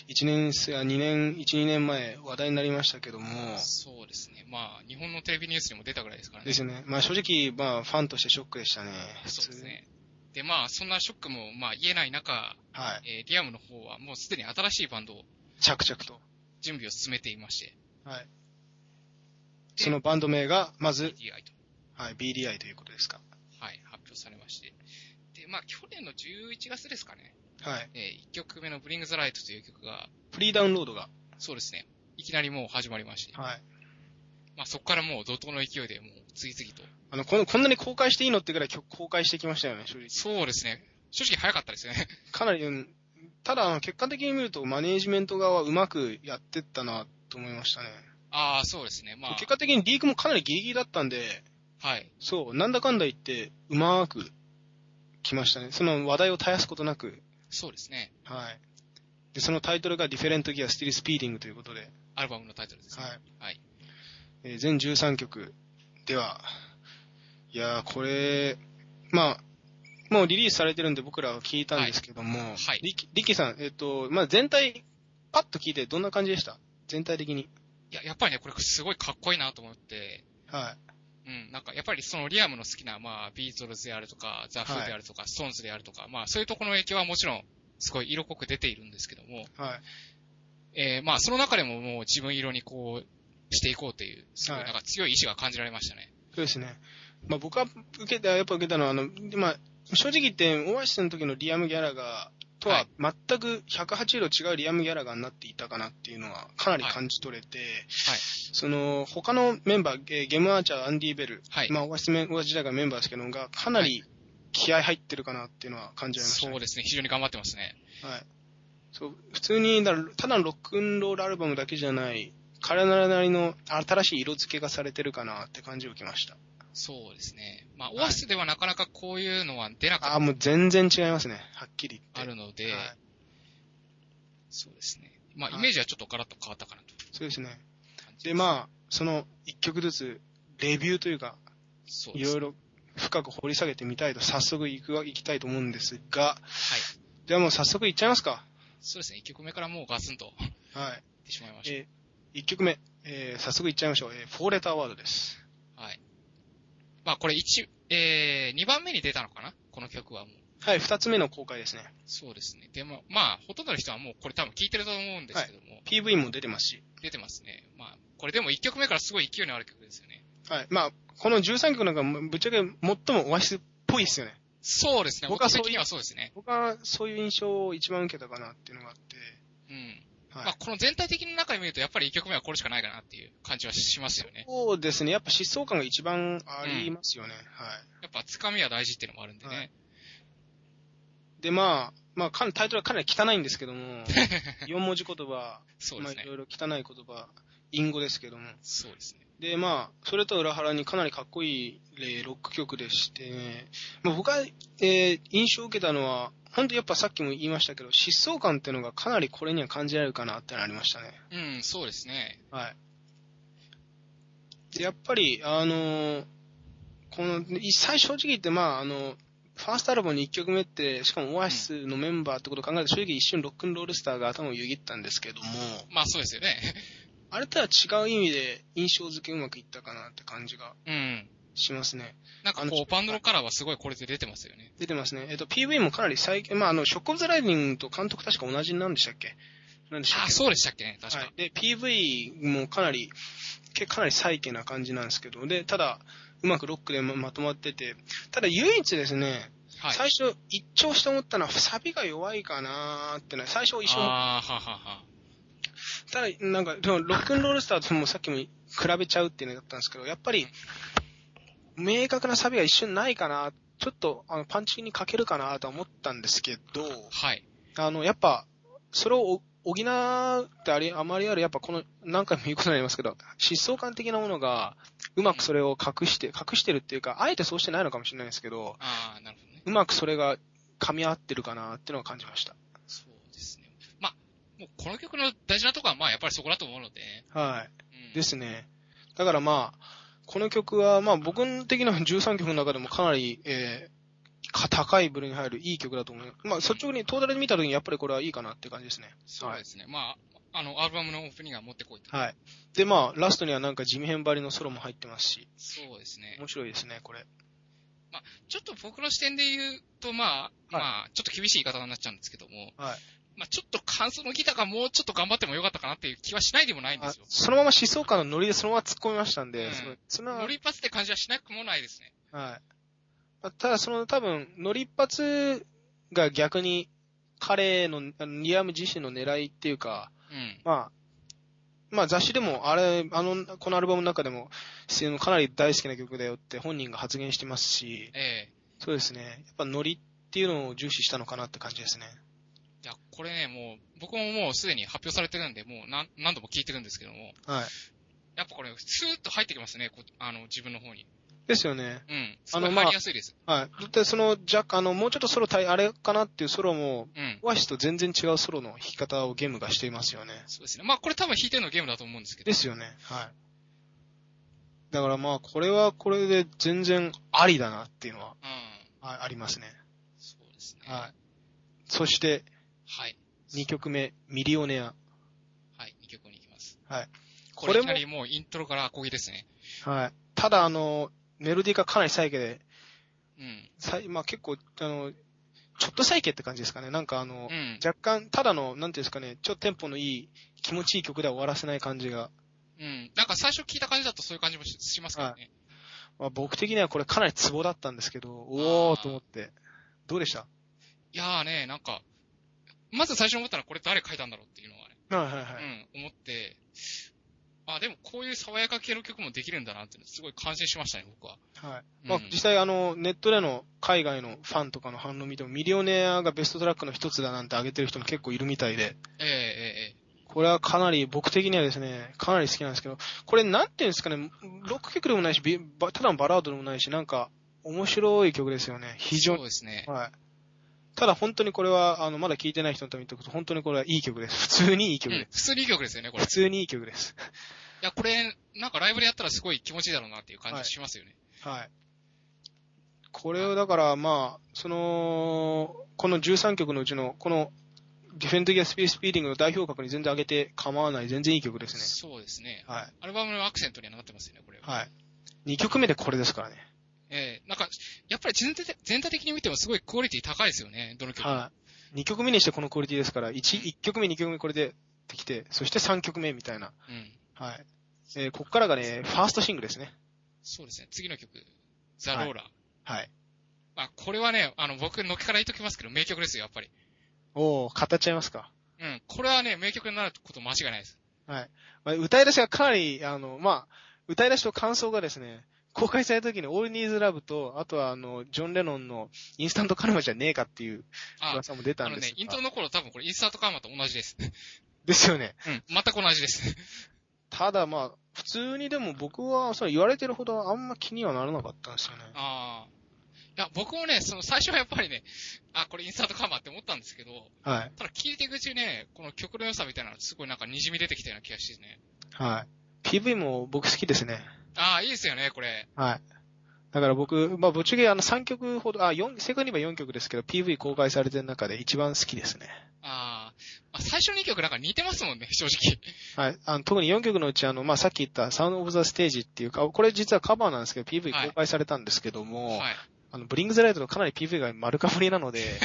Speaker 1: 1年生、あ2年、1、2年前話題になりましたけども、
Speaker 2: そうですね。まあ、日本のテレビニュースにも出たぐらいですからね。
Speaker 1: ですよね。まあ正直、まあファンとしてショックでしたね。
Speaker 2: そうです。ね。で、まあ、そんなショックも、まあ、言えない中、
Speaker 1: はい。
Speaker 2: えー、リアムの方は、もうすでに新しいバンドを、
Speaker 1: 着々と。
Speaker 2: 準備を進めていまして、
Speaker 1: はい。そのバンド名が、まず、
Speaker 2: DI と、
Speaker 1: はい、BDI ということですか。
Speaker 2: はい、発表されまして。で、まあ、去年の11月ですかね、
Speaker 1: はい。
Speaker 2: え1曲目の Bring the Light という曲が、
Speaker 1: フリーダウンロードが。
Speaker 2: そうですね、いきなりもう始まりまして、
Speaker 1: はい。
Speaker 2: まあ、そこからもう怒涛の勢いでもう次々と。
Speaker 1: あの、このこんなに公開していいのってぐらい曲公開してきましたよね、正直。
Speaker 2: そうですね、正直早かったですよね。
Speaker 1: かなり、うんただ、あの結果的に見ると、マネージメント側はうまくやってったな、と思いましたね。
Speaker 2: ああ、そうですね、まあ、
Speaker 1: 結果的にリークもかなりギリギリだったんで、
Speaker 2: はい、
Speaker 1: そう、なんだかんだ言って、うまく来ましたね。その話題を絶やすことなく、
Speaker 2: そうですね、
Speaker 1: はい。で、そのタイトルが Different Gear Still Speeding ということで、はい。
Speaker 2: アルバムのタイトルですね。はい
Speaker 1: えー全13曲では、いやー、これ、まあ、もうリリースされてるんで僕らは聞いたんですけども、
Speaker 2: いはい
Speaker 1: リキリキさん、えっ、と、まあ全体、パッと聞いてどんな感じでした全体的に。
Speaker 2: いや、やっぱりね、これすごいかっこいいなと思って、
Speaker 1: は
Speaker 2: うん、なんかやっぱりそのリアムの好きな、まあ、ビートルズであるとか、ザ・フーであるとか、ストーンズであるとか、まあ、そういうところの影響はもちろん、すごい色濃く出ているんですけども、
Speaker 1: い。はい。
Speaker 2: えーまあ、その中でももう自分色にこう、していこうという、すごい
Speaker 1: はい
Speaker 2: なんか強い意志が感じられましたね。
Speaker 1: そうですね。まあ僕は受けた、やっぱ受けたのは、あの、まあ、正直言って、オアシスの時のリアム・ギャラガーとは全く180度違うリアム・ギャラガーになっていたかなっていうのはかなり感じ取れて、その、他のメンバー、えーゲム・アーチャー、アンディ・ベル、
Speaker 2: はい。
Speaker 1: まあオアシスメン、オアシス時代がメンバーですけどが、かなり気合入ってるかなっていうのは感じられました、ね
Speaker 2: そうですね、非常に頑張ってますね。
Speaker 1: はい。そう、普通にだ、ただのロックンロールアルバムだけじゃない、彼らなりの新しい色付けがされてるかなって感じを受けました。
Speaker 2: そうですね。まあ、オアシスではなかなかこういうのは出な
Speaker 1: あ
Speaker 2: か
Speaker 1: あ、
Speaker 2: っ
Speaker 1: もう全然違いますね。はっきり
Speaker 2: た、
Speaker 1: 言
Speaker 2: あ
Speaker 1: って。
Speaker 2: るので、
Speaker 1: はい
Speaker 2: そうですね。まあ、
Speaker 1: はい
Speaker 2: イメージはちょっとガラッと変わったかなという
Speaker 1: そうですね。
Speaker 2: 感じ
Speaker 1: で、
Speaker 2: あ、
Speaker 1: まあ、その1曲ずつ、レビューというか、
Speaker 2: そう
Speaker 1: い
Speaker 2: です
Speaker 1: ろ
Speaker 2: ね
Speaker 1: いろ深く掘り下げてみたいと、早速行くわ、行きたいと思うんですが、
Speaker 2: はい。
Speaker 1: ではもう早速行っちゃいますか。
Speaker 2: そうですね、1曲目からもうガツンといっ
Speaker 1: はい。
Speaker 2: てしまいました。
Speaker 1: え1曲目、えー早速行っちゃいましょう。えー、4レターワードです。
Speaker 2: はい。まあこれ一、えー、2番目に出たのかなこの曲はもう。
Speaker 1: はい、2つ目の公開ですね。
Speaker 2: そうですね。でも、まあ、ほとんどの人はもうこれ多分聞いてると思うんですけども、
Speaker 1: PV も出てますし、
Speaker 2: 出てますね。まあ、これでも1曲目からすごい勢いのある曲ですよね。
Speaker 1: はい。まあ、この13曲なんか、ぶっちゃけ最もオアシスっぽいですよね。
Speaker 2: そうですね。
Speaker 1: 僕は
Speaker 2: 僕
Speaker 1: そういう
Speaker 2: 的にはそうですね。
Speaker 1: 僕はそういう印象を一番受けたかなっていうのがあって、
Speaker 2: うん。
Speaker 1: はい。
Speaker 2: まあ、この全体的な中で見ると、やっぱり1曲目はこれしかないかなっていう感じはしますよね。
Speaker 1: そうですね。やっぱ疾走感が一番ありますよね。は
Speaker 2: やっぱ、つかみは大事っていうのもあるんでね。
Speaker 1: はいい。で、まあ、まあ、かなタイトルはかなり汚いんですけど も、4文字言葉、
Speaker 2: そうで
Speaker 1: まあ、
Speaker 2: す
Speaker 1: い
Speaker 2: ね。
Speaker 1: ろいろ汚い言葉、隠語ですけども。
Speaker 2: そうですね。
Speaker 1: で、まあ、それとは裏腹にかなりかっこいいえーロック曲でして、まあ、僕が、えー印象を受けたのは、本当やっぱさっきも言いましたけど、疾走感っていうのがかなりこれには感じられるかなってのありましたね。
Speaker 2: うん、そうですね。
Speaker 1: はい。で、やっぱり、あのーこの、い最初正直言って、まあ、あの、ファーストアルバムの1曲目って、しかもオアシスのメンバーってことを考えると、正直一瞬ロックンロールスターが頭をよぎったんですけども、
Speaker 2: まあそうですよね。
Speaker 1: あれとは違う意味で印象付けうまくいったかなって感じが
Speaker 2: うん。
Speaker 1: しますね。
Speaker 2: なんか
Speaker 1: あ
Speaker 2: こ
Speaker 1: の
Speaker 2: う、バンドのカラーはすごいこれで出てますよね。
Speaker 1: 出てますね。えっと、PV もかなり最近、まあ、あの、ショックオブザライディングと監督確か同じなんでしたっけなんでしたっ
Speaker 2: あ、
Speaker 1: け
Speaker 2: そうでしたっけね、確か。
Speaker 1: はい。で、PV もかなり、けかなり最下な感じなんですけど、で、ただ、うまくロックでままとまってて、ただ唯一ですね、
Speaker 2: はい。
Speaker 1: 最初一聴して思ったのは、サビが弱いかなーってね、最初一瞬思っ
Speaker 2: ああ、ははは。
Speaker 1: ただ、なんか、でもロックンロールスターともさっきも比べちゃうっていうのだったんですけど、やっぱり、明確なサビが一瞬ないかな、ちょっと、あの、パンチに欠けるかなとは思ったんですけど、
Speaker 2: はい。
Speaker 1: あの、やっぱ、それを補ってあり、あまりある、やっぱこの、何回も言うことになりますけど、疾走感的なものが、うまくそれを隠して、隠してるっていうか、あえてそうしてないのかもしれないですけど、
Speaker 2: ああ、なるほどね。
Speaker 1: うまくそれが噛み合ってるかなっていうのは感じました。
Speaker 2: そうですね。まあ、もうこの曲の大事なとこは、まあやっぱりそこだと思うので。
Speaker 1: はい。
Speaker 2: うん、
Speaker 1: ですね。だからまあ、この曲は、まあ僕的な13曲の中でもかなり、えーか高い部類に入るいい曲だと思います。まあ率直にトータルで見た時にやっぱりこれはいいかなって感じですね。
Speaker 2: そうですね。まあ、あの、アルバムのオープニングは持ってこいと。
Speaker 1: はい。でまあ、ラストにはなんか地味変張りのソロも入ってますし、
Speaker 2: そうですね。
Speaker 1: 面白いですね、これ。
Speaker 2: ちょっと僕の視点で言うと、まあ、まあ、ちょっと厳しい言い方になっちゃうんですけども、
Speaker 1: はい
Speaker 2: まあ、ちょっと感想のギターがもうちょっと頑張ってもよかったかなっていう気はしないでもないんで
Speaker 1: あ
Speaker 2: すよ。
Speaker 1: そのまま疾走感のノリでそのまま突っ込みましたんで、
Speaker 2: うん
Speaker 1: そのその
Speaker 2: 乗り一発って感じはしなくもないですね。
Speaker 1: はい。まあただ、その多分、乗り一発が逆に彼の、あのリアム自身の狙いっていうか、
Speaker 2: うん。
Speaker 1: まあ、まあ雑誌でも、あれ、あの、このアルバムの中でも、そのかなり大好きな曲だよって本人が発言してますし、
Speaker 2: ええ
Speaker 1: そうですね。やっぱノリっていうのを重視したのかなって感じですね。
Speaker 2: いや、これね、もう、僕ももうすでに発表されてるんで、もう何何度も聞いてるんですけども、
Speaker 1: はい。
Speaker 2: やっぱこれ、スーッと入ってきますね、こあの、自分の方に。
Speaker 1: ですよね。
Speaker 2: うん。す
Speaker 1: あ
Speaker 2: ご
Speaker 1: の
Speaker 2: い
Speaker 1: まあ
Speaker 2: 入りやすいです。
Speaker 1: はい。だってその、じゃ、あの、もうちょっとソロ対、あれかなっていうソロも、
Speaker 2: うん。
Speaker 1: オアシスと全然違うソロの弾き方をゲームがしていますよね。
Speaker 2: そうですね。まあ、これ多分弾いてるのゲームだと思うんですけど。
Speaker 1: ですよね。はい。だからまあ、これはこれで全然ありだなっていうのは
Speaker 2: うん。
Speaker 1: あありますね。
Speaker 2: そうですね。
Speaker 1: はい。そして、
Speaker 2: はい。
Speaker 1: 2曲目、ミリオネア。
Speaker 2: はい、2曲に行きます。
Speaker 1: はい。
Speaker 2: これ
Speaker 1: これ
Speaker 2: いき
Speaker 1: も
Speaker 2: なりもうイントロからアコギですね。
Speaker 1: はい。ただ、あの、メロディーがかなりサイケで、
Speaker 2: うん。
Speaker 1: さいまあ結構、あの、ちょっとサイケって感じですかね。なんかあの
Speaker 2: う、ん。
Speaker 1: 若干、ただの、なんていうんですかね、ちょっとテンポのいい、気持ちいい曲では終わらせない感じが、
Speaker 2: うん。なんか最初聞いた感じだとそういう感じもししますけどね。
Speaker 1: まあ、僕的にはこれかなりツボだったんですけど、おーと思って。どうでした
Speaker 2: い、やーね、なんか、まず最初に思ったのはこれ誰書いたんだろうっていうのはね、
Speaker 1: はいはいは
Speaker 2: うん、思って、あ、でもこういう爽やか系の曲もできるんだなっていうのすごい感心しましたね、僕は。
Speaker 1: はい。
Speaker 2: うん
Speaker 1: まあ、実際あの、ネットでの海外のファンとかの反応見ても、ミリオネアがベストトラックの一つだなんて上げてる人も結構いるみたいで、
Speaker 2: えええ
Speaker 1: これはかなり、僕的にはですね、かなり好きなんですけど、これなんていうんですかね、ロック曲でもないし、ビバただのバラードでもないし、なんか、面白い曲ですよね。
Speaker 2: え
Speaker 1: 非
Speaker 2: そ
Speaker 1: 常
Speaker 2: う
Speaker 1: に。
Speaker 2: ですね。
Speaker 1: はい。ただ本当にこれは、あの、まだ聴いてない人のために言っておくと、本当にこれはいい曲です。普通にいいう曲
Speaker 2: ん
Speaker 1: で、
Speaker 2: 普通にいい曲ですよね、こ
Speaker 1: す。
Speaker 2: れ。
Speaker 1: 普
Speaker 2: い
Speaker 1: 通にいい曲です。
Speaker 2: や、これ、なんかライブでやったらすごい気持ちいいだろうなっていう感じしますよね。
Speaker 1: はい。これをだから、まあ、その、この13曲のうちの、この、ディフェンドギアスピースピーディングの代表格に全然上げて構わない、全然いい曲です
Speaker 2: そうですね
Speaker 1: ね。。はい。
Speaker 2: アルバムのアクセントにはなってますよね、これは。
Speaker 1: はい。2曲目でこれですからね。
Speaker 2: ええなんか、やっぱり全体全体的に見てもすごいクオリティ高いですよね、どの曲も。
Speaker 1: はい。2曲目にしてこのクオリティですから、1、1曲目、2曲目これでできて、そして3曲目みたいな。
Speaker 2: うん。
Speaker 1: はい。えーこっからがね、ファーストシングルですね。
Speaker 2: そうですね、次の曲、ザ・ローラー。
Speaker 1: はい。
Speaker 2: まあ、これはね、あの、僕、のっけから言っときますけど、名曲ですよ、やっぱり。
Speaker 1: おー、語っちゃいますか。
Speaker 2: うん、これはね、名曲になること間違いないです。
Speaker 1: まあ歌い出しがかなり、あの、まあ、歌い出しと感想がですね、公開された時に All Needs Love と、あとはあの、ジョン・レノンのインスタントカルマじゃねえかっていう
Speaker 2: あ、
Speaker 1: 噂も出た
Speaker 2: あ
Speaker 1: ん
Speaker 2: の
Speaker 1: で
Speaker 2: ね
Speaker 1: す、
Speaker 2: イン
Speaker 1: が
Speaker 2: トロの頃多分これ、インスタートカーマと同じです。
Speaker 1: ですよね。
Speaker 2: うん、 全く同じです。
Speaker 1: ただまあ、普通にでも僕は、その言われてるほどあんま気にはならなかったんですよね。
Speaker 2: ああ。いや、僕もね、その、最初はやっぱりね、あ、これインスタートカーマって思ったんですけど、
Speaker 1: はい。
Speaker 2: ただ聴いていくうちにね、この曲の良さみたいなのがすごいなんか滲み出てきたような気がしてね。
Speaker 1: はい。PV も僕好きですね。
Speaker 2: ああ、いいですよね、これ。
Speaker 1: はい。だから僕、まあ、ぶっちゃけあの3曲ほど、あ、四正確に言えば4曲ですけど、PV 公開されてる中で一番好きですね。
Speaker 2: あーあ、最初の2曲なんか似てますもんね、正直。
Speaker 1: はい。あの特に4曲のうち、あの、まあ、さっき言ったサウンドオブザステージっていうか、これ実はカバーなんですけど、PV
Speaker 2: はい
Speaker 1: 公開されたんですけども、
Speaker 2: はい。
Speaker 1: あの、ブリングザライトのかなり PV が丸かぶりなので、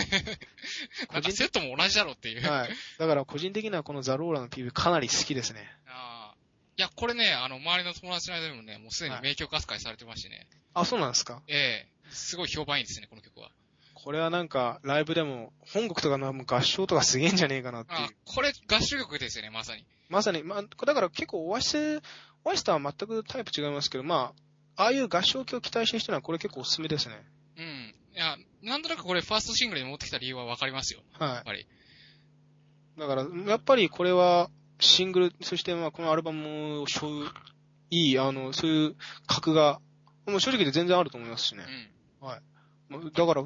Speaker 1: 個
Speaker 2: なんか
Speaker 1: 人
Speaker 2: セットも同じだろうっていう。
Speaker 1: はい。だから個人的にはこのザ・ローラの PV かなり好きですね。
Speaker 2: ああ。いや、これね、あの、周りの友達の間でもね、もうすでに名曲扱いされてましてね。
Speaker 1: あ、そうなんですか
Speaker 2: ええすごい評判いいですね、この曲は。
Speaker 1: これはなんか、ライブでも、本国とかの合唱とかすげえんじゃねえかなっていう
Speaker 2: あ。これ合唱曲ですよね、まさに。
Speaker 1: まさに、まあ、だから結構オアシス、オアシスとは全くタイプ違いますけど、まあ、ああいう合唱曲を期待してる人にはこれ結構おすすめですね。
Speaker 2: うん。いや、なんとなくこれファーストシングルに持ってきた理由はわかりますよ。
Speaker 1: はい。や
Speaker 2: っぱり
Speaker 1: だから、やっぱりこれは、シングル、そしてまあ、このアルバムを背負う、いい、あの、そういう格が、もう正直言って全然あると思いますし
Speaker 2: う
Speaker 1: ね。
Speaker 2: ん。
Speaker 1: だから、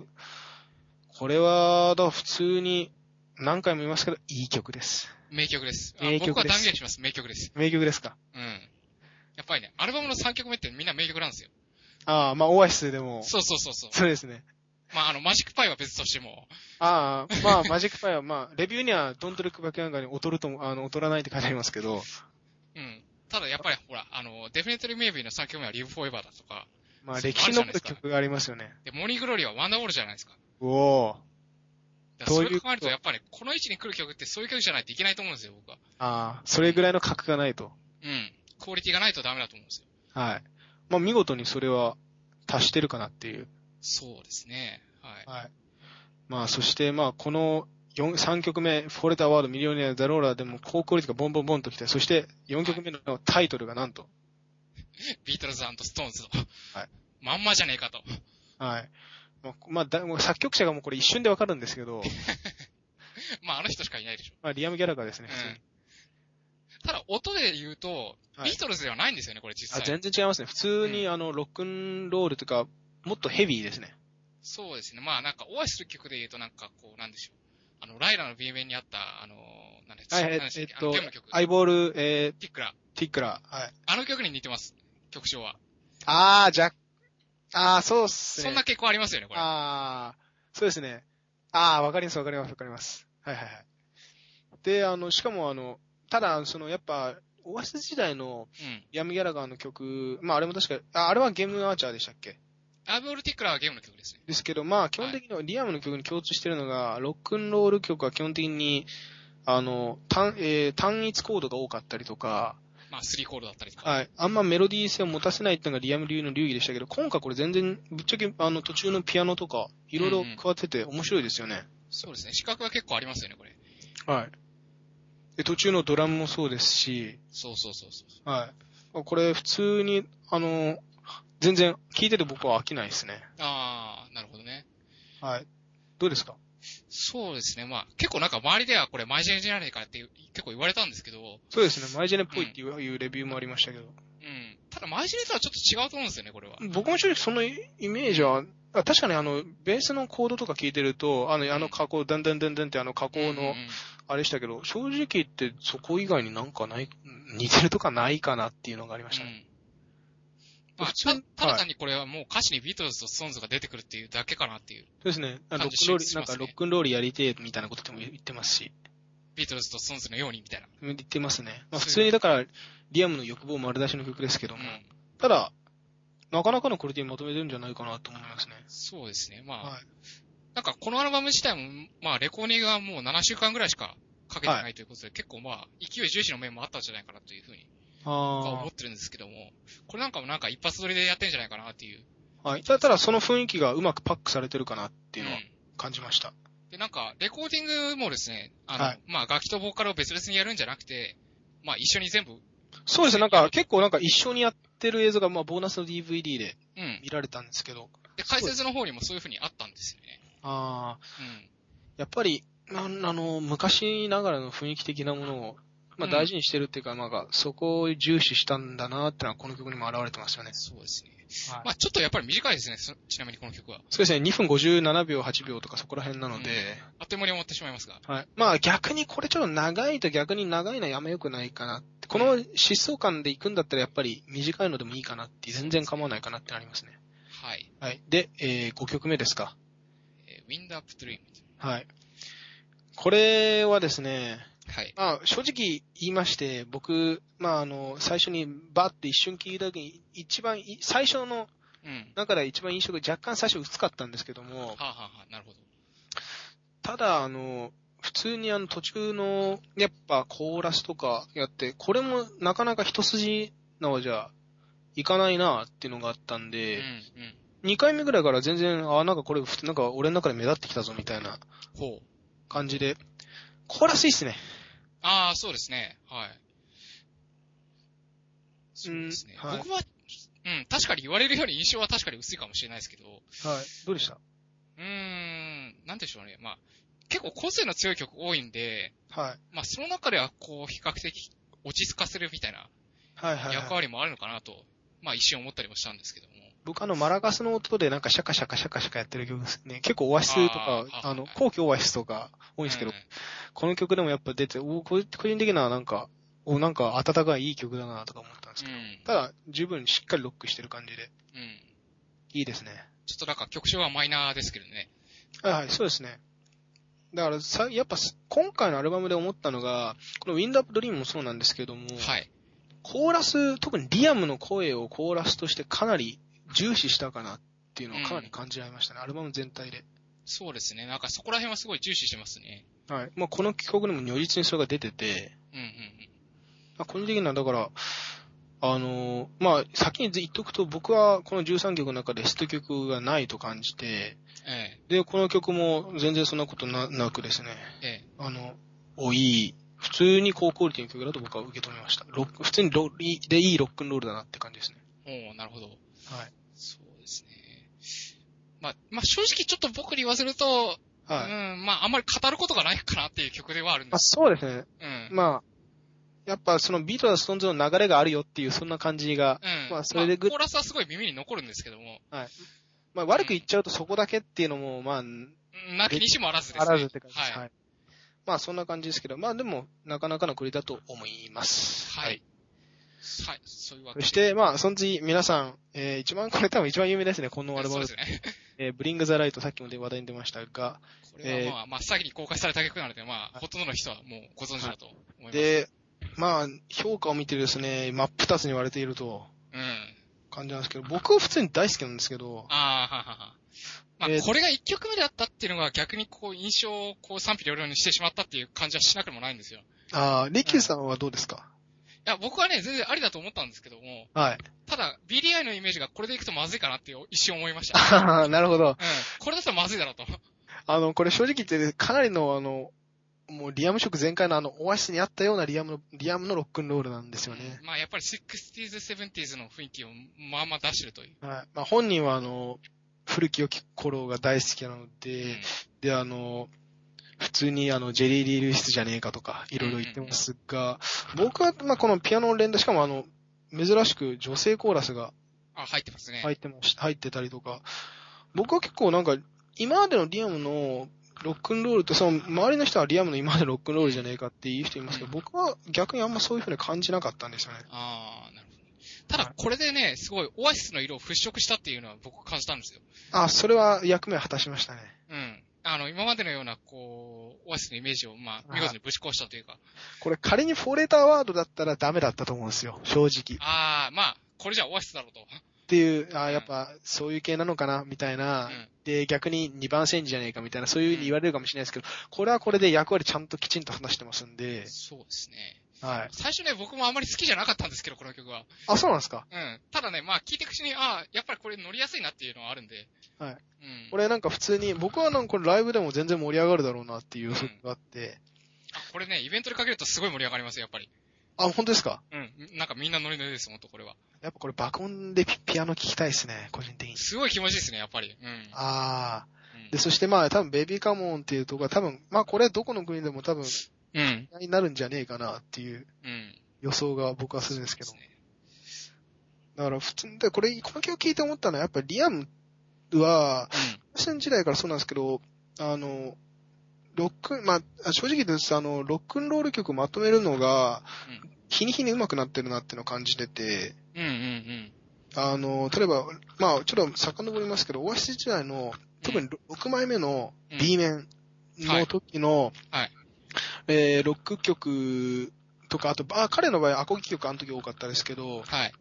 Speaker 1: これは、だから普通に、何回も言いますけど、いい曲です。
Speaker 2: 名曲です。あ
Speaker 1: 名曲です
Speaker 2: 僕は断言します、名曲です。
Speaker 1: 名曲ですか
Speaker 2: うん。やっぱりね、アルバムの3曲目ってみんな名曲なんですよ。
Speaker 1: ああ、まあ、オアシスでも、
Speaker 2: そうそうそうそう。
Speaker 1: そうですね。
Speaker 2: まあ、あの、マジックパイは別としても。
Speaker 1: ああ、まあ、マジックパイは、まあ、レビューには、ドントルックバックヤンガーに劣るとも、あの、劣らないって書いてありますけど、
Speaker 2: うん。ただやっぱりほら、あの、デフィネトリーメイビーの3曲目はリブフォーエバーだとか、
Speaker 1: まあ、歴史に残る曲がありますよね。
Speaker 2: で、モーニングローリーはワンダーウォールじゃないですか。
Speaker 1: おおー。
Speaker 2: だからそ
Speaker 1: どうい
Speaker 2: れ
Speaker 1: う
Speaker 2: を考えると、やっぱり、この位置に来る曲ってそういう曲じゃないといけないと思うんですよ、僕は。
Speaker 1: ああ、それぐらいの格がないと。
Speaker 2: うん。クオリティがないとダメだと思うんですよ。
Speaker 1: はい。まあ、見事にそれは達してるかなっていう。
Speaker 2: そうですね。はい。
Speaker 1: はい。まあ、そして、まあ、この4 3曲目、フォレタワード、ミリオネア、ザローラーでも高クオリティがボンボンボンときて、そして4曲目のタイトルがなんと。
Speaker 2: ビートルズストーンズと。
Speaker 1: はい。
Speaker 2: まんまじゃねえかと。
Speaker 1: はい。まあ、まあだもう作曲者がもうこれ一瞬でわかるんです けど、
Speaker 2: まあ、あの人しかいないでしょ。
Speaker 1: まあ、リアム・ギャラガーです
Speaker 2: う
Speaker 1: ね、
Speaker 2: ん
Speaker 1: 普通に。。
Speaker 2: ただ、音で言うと、
Speaker 1: はい
Speaker 2: ビートルズではないんですよね、これ実
Speaker 1: あ、
Speaker 2: 際。
Speaker 1: 全然違いますね。普通に、
Speaker 2: う
Speaker 1: あの、ロックンロールとか、もっとヘビーですね。
Speaker 2: そうですね。まあ、なんか、オアシスの曲で言うと、なんか、こう、なんでしょう。あの、ライラの B 面にあった、あのー、なんで
Speaker 1: はい、え
Speaker 2: なんでした
Speaker 1: え
Speaker 2: っ
Speaker 1: っ
Speaker 2: けあの
Speaker 1: と
Speaker 2: ゲームの曲、。
Speaker 1: アイボール、え
Speaker 2: ティックラ。
Speaker 1: ー、ティックラー。はい。
Speaker 2: あの曲に似てます。曲調は。
Speaker 1: あー、じゃ、あー、そうっすね。
Speaker 2: そんな傾向ありますよね、これ。
Speaker 1: ああ、そうですね。ああ、わかります、わかります、わかります。はいはいはい。で、あの、しかもあの、ただ、その、やっぱ、オアシス時代の
Speaker 2: うん。
Speaker 1: ヤム・ギャラガーの曲、まああれも確か、ああれはゲームアーチャーでしたっけ
Speaker 2: アーブオールティックラはゲームの曲ですね。
Speaker 1: ですけど、まあ基本的にはリアムの曲に共通してるのが、ロックンロール曲は基本的に、あの、単、えー単一コードが多かったりとか、
Speaker 2: まあ、スリーコードだったりとか。
Speaker 1: はい。あんまメロディー性を持たせないっていうのがリアム流の流儀でしたけど、今回これ全然、ぶっちゃけ、あの、途中のピアノとか、いろいろ加わってて面白いですよね。
Speaker 2: そうですね。資格が結構ありますよね、これ。
Speaker 1: はい。で、途中のドラムもそうですし、
Speaker 2: そうそうそうそう。
Speaker 1: はい。これ普通に、あの、全然聞いてて僕は飽きないですね。
Speaker 2: あー、なるほどね。
Speaker 1: はい。どうですか
Speaker 2: そうですね。まあ、結構なんか周りではこれマイジェンじゃねえかっていう結構言われたんですけど、
Speaker 1: そうですね。マイジェネっぽいっていう,、いうレビューもありましたけど。
Speaker 2: うん。ただマイジェンとはちょっと違うと思うんですよね、これは。
Speaker 1: 僕も正直そのイメージは、あ確かにあの、ベースのコードとか聞いてると、あの、あの加工、だんだんだんだんってあの加工
Speaker 2: うんうんう
Speaker 1: の
Speaker 2: ん
Speaker 1: あれしたけど、正直言ってそこ以外になんかない、似てるとかないかなっていうのがありましたね。
Speaker 2: うんまあ、
Speaker 1: 普通
Speaker 2: たただ
Speaker 1: は
Speaker 2: 単にこれはもう歌詞にビートルズとストーンズが出てくるっていうだけかなっていう。
Speaker 1: そうですね。あロッ
Speaker 2: 感じ
Speaker 1: クンロール、
Speaker 2: し
Speaker 1: な
Speaker 2: ま
Speaker 1: ん
Speaker 2: す
Speaker 1: か
Speaker 2: ね
Speaker 1: ロックンロールやりてえみたいなことでも言ってますし。
Speaker 2: ビートルズとストーンズのようにみたいな。
Speaker 1: 言ってますね。まあ、
Speaker 2: そう
Speaker 1: 普通にだから、リアムの欲望丸出しの曲ですけど
Speaker 2: う
Speaker 1: も、
Speaker 2: ん。
Speaker 1: ただ、なかなかのクオリティにまとめてるんじゃないかなと思いますね。
Speaker 2: そうですね。まあ、
Speaker 1: はい
Speaker 2: なんかこのアルバム自体も、まあレコーニングはもう7週間ぐらいしかかけて
Speaker 1: は
Speaker 2: ないということで、結構まあ、勢い重視の面もあったんじゃないかなというふうに僕は
Speaker 1: あ
Speaker 2: 思ってるんですけども、これなんかもなんか一発撮りでやってんじゃないかなっていう。っ
Speaker 1: あ。はい。たただ、その雰囲気がうまくパックされてるかなっていうのは感じました。
Speaker 2: で、なんか、レコーディングもですね、あの、
Speaker 1: はい
Speaker 2: まあ楽器とボーカルを別々にやるんじゃなくて、まあ一緒に全部、
Speaker 1: そうですね。なんか、結構なんか一緒にやってる映像が、まあ、ボーナスの DVD で
Speaker 2: うん。
Speaker 1: 見られたんですけど、
Speaker 2: で、解説の方にもそういうふうにあったんですよね。
Speaker 1: ああ、
Speaker 2: うん。
Speaker 1: やっぱり、なんあの、昔ながらの雰囲気的なものを、まあ、
Speaker 2: うん
Speaker 1: 大事にしてるっていうか、なんか、そこを重視したんだなってのは、この曲にも表れてますよね。
Speaker 2: そうですね。
Speaker 1: はい
Speaker 2: まあちょっとやっぱり短いですね、そちなみにこの曲は。
Speaker 1: そうですね、2分57秒、8秒とかそこら辺なので、
Speaker 2: あっという間に終わってしまいますが。
Speaker 1: はい。まあ逆にこれちょっと長いと逆に長いのはやめよくないかなって。この疾走感で行くんだったらやっぱり短いのでもいいかなって、全然構わないかなってありますね。
Speaker 2: はい。
Speaker 1: はい。で、え5曲目ですか。
Speaker 2: えー、Wind Up Dream。
Speaker 1: はい。これはですね、
Speaker 2: はい。
Speaker 1: まあ、正直言いまして、僕、まあ、あの、最初にバーって一瞬聞いた時に、一番い、最初の
Speaker 2: うん。
Speaker 1: 中で一番印象が若干最初薄かったんですけども
Speaker 2: は、あ、はあはあ、なるほど。
Speaker 1: ただ、あの、普通にあの途中の、やっぱコーラスとかやって、これもなかなか一筋縄じゃいかないなっていうのがあったん
Speaker 2: うん、う
Speaker 1: で、
Speaker 2: ん。
Speaker 1: 2回目ぐらいから全然、あ、なんかこれ、普通なんか俺の中で目立ってきたぞみたいな
Speaker 2: ほう。
Speaker 1: 感じで、コーラスいいっすね。
Speaker 2: ああ、そうですね。はい。そうですね。
Speaker 1: うんはい
Speaker 2: 僕は、うん、確かに言われるより印象は確かに薄いかもしれないですけど、
Speaker 1: はい。どうでした
Speaker 2: うーん、なんでしょうね。まあ、結構個性の強い曲多いんで、
Speaker 1: はい。
Speaker 2: まあ、その中ではこう、比較的落ち着かせるみたいな
Speaker 1: はいはい、
Speaker 2: 役
Speaker 1: はい。
Speaker 2: 割もあるのかなと、まあ、一瞬思ったりもしたんですけども。
Speaker 1: 僕あの、マラカスの音でなんかシャカシャカシャカシャカやってる曲ですね。結構オアシスとか
Speaker 2: あ、ー
Speaker 1: あの
Speaker 2: はい、はい
Speaker 1: 後期オアシスとか多いんですけど
Speaker 2: うん、
Speaker 1: この曲でもやっぱ出て、お個個人的ななんか、お、なんか温かいいい曲だなとか思ったんですけど、
Speaker 2: うん
Speaker 1: ただ、十分しっかりロックしてる感じで、
Speaker 2: うん。
Speaker 1: いいですね。
Speaker 2: ちょっとなんか曲調はマイナーですけどね。
Speaker 1: はいはい、そうですね。だからさ、やっぱす今回のアルバムで思ったのが、この Wind Up Dream もそうなんですけども、
Speaker 2: はい。
Speaker 1: コーラス、特にリアムの声をコーラスとしてかなり重視したかなっていうのをかなり感じられましたね、アルバム全体で。
Speaker 2: そうですね。なんかそこら辺はすごい重視してますね。
Speaker 1: はい。まあ、この曲にも如実にそれが出てて、
Speaker 2: うんうん
Speaker 1: まあ、個人的にはだから、あのーまあ、先に言っとくと僕はこの13曲の中でヒット曲がないと感じて、
Speaker 2: うん。え
Speaker 1: で、この曲も全然そんなことななくですね、
Speaker 2: え、ええ。
Speaker 1: あの、おいい、普通に高クオリティの曲だと僕は受け止めました。ロック、普通にロいいでいいロックンロールだなって感じですね。
Speaker 2: おーなるほど。
Speaker 1: はい。
Speaker 2: そうですね。まあ、まあ、正直ちょっと僕に言わせると、
Speaker 1: はい。
Speaker 2: うん、まあ、あんまり語ることがないかなっていう曲ではあるん
Speaker 1: ま
Speaker 2: で
Speaker 1: あ、
Speaker 2: す。
Speaker 1: そうですね。
Speaker 2: うん。
Speaker 1: まあ、やっぱそのビートやストーンズの流れがあるよっていう、そんな感じが、
Speaker 2: うん。
Speaker 1: まあそれでグッ
Speaker 2: まあコーラスはすごい耳に残るんですけども、
Speaker 1: まあ、悪く言っちゃうとそこだけっていうのも、まあ、
Speaker 2: うんなきにしもあらずですね。
Speaker 1: あらずって感じです。
Speaker 2: はい。
Speaker 1: はい。まあ、そんな感じですけど、まあでも、なかなかの栗だと思います。
Speaker 2: はい。。はい。そういうわけ
Speaker 1: そ
Speaker 2: で
Speaker 1: して、まあ、その次、皆さん、えー、一番、これ多分一番有名ですね、このアルバム
Speaker 2: そ。うですね。
Speaker 1: えー、ブリングザライト、さっきもで話題に出ましたが、
Speaker 2: これはまあ、まあ、先に公開された曲なので、まあ、
Speaker 1: はい
Speaker 2: ほとんどの人はもうご存知だと思います。
Speaker 1: で、まあ、評価を見てですね、真っ二つに割れていると
Speaker 2: うん。
Speaker 1: 感じなんですけど、僕は普通に大好きなんですけど、
Speaker 2: ああ、ははは。まあ、
Speaker 1: えー
Speaker 2: これが一曲目だったっていうのが逆にこう、印象をこう、賛否両論にしてしまったっていう感じはしなくもないんですよ。い
Speaker 1: あーリッキーさんはどうですか、
Speaker 2: や、僕はね、全然ありだと思ったんですけども、
Speaker 1: はい。
Speaker 2: ただ、BDI のイメージがこれでいくとまずいかなっていう一瞬思いま した。うん。
Speaker 1: あーなるほど。
Speaker 2: これだとまずいだろうと。
Speaker 1: あの、これ正直言って、かなりの、あの、もうリアム色全開のあの、オアシスにあったようなリアムの、リアムのロックンロールなんですよね。
Speaker 2: まあ、やっぱり 60s、70s の雰囲気をまあまあ出してるという。
Speaker 1: はい。まあ、本人はあの、古き良き頃が大好きな
Speaker 2: う
Speaker 1: の
Speaker 2: ん
Speaker 1: で、で、あの、普通にあの、ジェリー・リー・ルイスじゃねえかとか、いろいろ言ってますが、僕は、まあ、このピアノの連打、しかもあの、珍しく女性コーラスが
Speaker 2: あ、入ってますね。
Speaker 1: 入ってまし、入ってたりとか、僕は結構なんか、今までのリアムのロックンロールって、その周りの人はリアムの今までのロックンロールじゃねえかっていう人いますけど、
Speaker 2: うん
Speaker 1: 僕は逆にあんまそういう風に感じなかったんですよね。
Speaker 2: ああ、なるほど。ただ、これでね、すごい、オアシスの色を払拭したっていうのは僕感じたんですよ。
Speaker 1: あ、それは役目を果たしましたね。
Speaker 2: うん。あの、今までのような、こう、オアシスのイメージを、まあ、見事にぶち壊したというか。
Speaker 1: これ仮にフォーレーターワードだったらダメだったと思うんですよ、正直。
Speaker 2: ああ、まあ、これじゃオアシスだろうと。
Speaker 1: っていう、あやっぱそういう系なのかな、みたいな。
Speaker 2: うん
Speaker 1: で、逆に2番戦時じゃねえかみたいな、そういう風に言われるかもしれないですけど、これはこれで役割ちゃんときちんと果たしてますんで、
Speaker 2: そうですね。
Speaker 1: はい。
Speaker 2: 最初ね、僕もあんまり好きじゃなかったんですけど、この曲は。
Speaker 1: あ、そうなんですか
Speaker 2: うん。ただね、まあ、聞いていくうちに、ああ、やっぱりこれ乗りやすいなっていうのはあるんで。
Speaker 1: はい
Speaker 2: うん。
Speaker 1: これなんか普通に、僕はなんかこれライブでも全然盛り上がるだろうなっていう予測があって、
Speaker 2: あ、これね、イベントでかけるとすごい盛り上がりますよ、やっぱり。
Speaker 1: あ、本当ですか
Speaker 2: うん。なんかみんなノリノリです、ほんと、これは。
Speaker 1: やっぱこれ爆音でピピアノ聴きたいですね、個人的に。
Speaker 2: すごい気持ちいいですね、やっぱり。うん。
Speaker 1: ああ。
Speaker 2: うん
Speaker 1: で、そしてまあ多分ベビーカモンっていうとこは多分、まあこれどこの国でも多分、
Speaker 2: うん。
Speaker 1: になるんじゃねえかなっていう
Speaker 2: うん。
Speaker 1: 予想が僕はするんですけど
Speaker 2: そう。ね
Speaker 1: だから普通に、でこれ、この曲聞いて思ったのはやっぱりリアムは、学生時代からそうなんですけど、あの、ロックン、まあ、正直言うと、あの、ロックンロール曲まとめるのが
Speaker 2: う、
Speaker 1: 日に日に上手くなってるなっていうのを感じてて、
Speaker 2: うん。うんうんうん。
Speaker 1: あの、例えば、まあ、ちょっと遡りますけど、オアシス時代の、特に6枚目の
Speaker 2: うん
Speaker 1: B 面の時の、
Speaker 2: はい
Speaker 1: えーロック曲とか、あと、あ彼の場合、アコギ曲あの時多かったですけど、
Speaker 2: はい。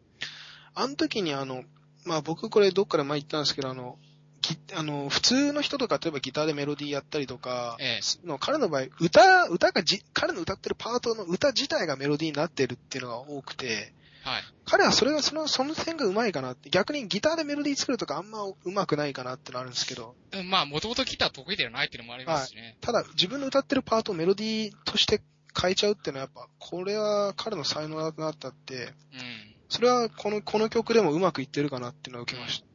Speaker 1: あの時にあの、まあ僕これどっから前言ったんですけど、あの、ギあの普通の人とか、例えばギターでメロディーやったりとか、
Speaker 2: ええ
Speaker 1: するの彼の場合、歌、歌がじ、彼の歌ってるパートの歌自体がメロディーになってるっていうのが多くて、
Speaker 2: はい。
Speaker 1: 彼はそれが、その、その点が上手いかなって、逆にギターでメロディー作るとかあんま上手くないかなってのあるんですけど、
Speaker 2: うんまあ、もともとギター得意ではないっていうのもありますしね。
Speaker 1: ただ自分の歌ってるパートをメロディーとして変えちゃうっていうのはやっぱ、これは彼の才能だなってあって、
Speaker 2: うん。
Speaker 1: それはこの、この曲でもうまくいってるかなっていうのは受けました。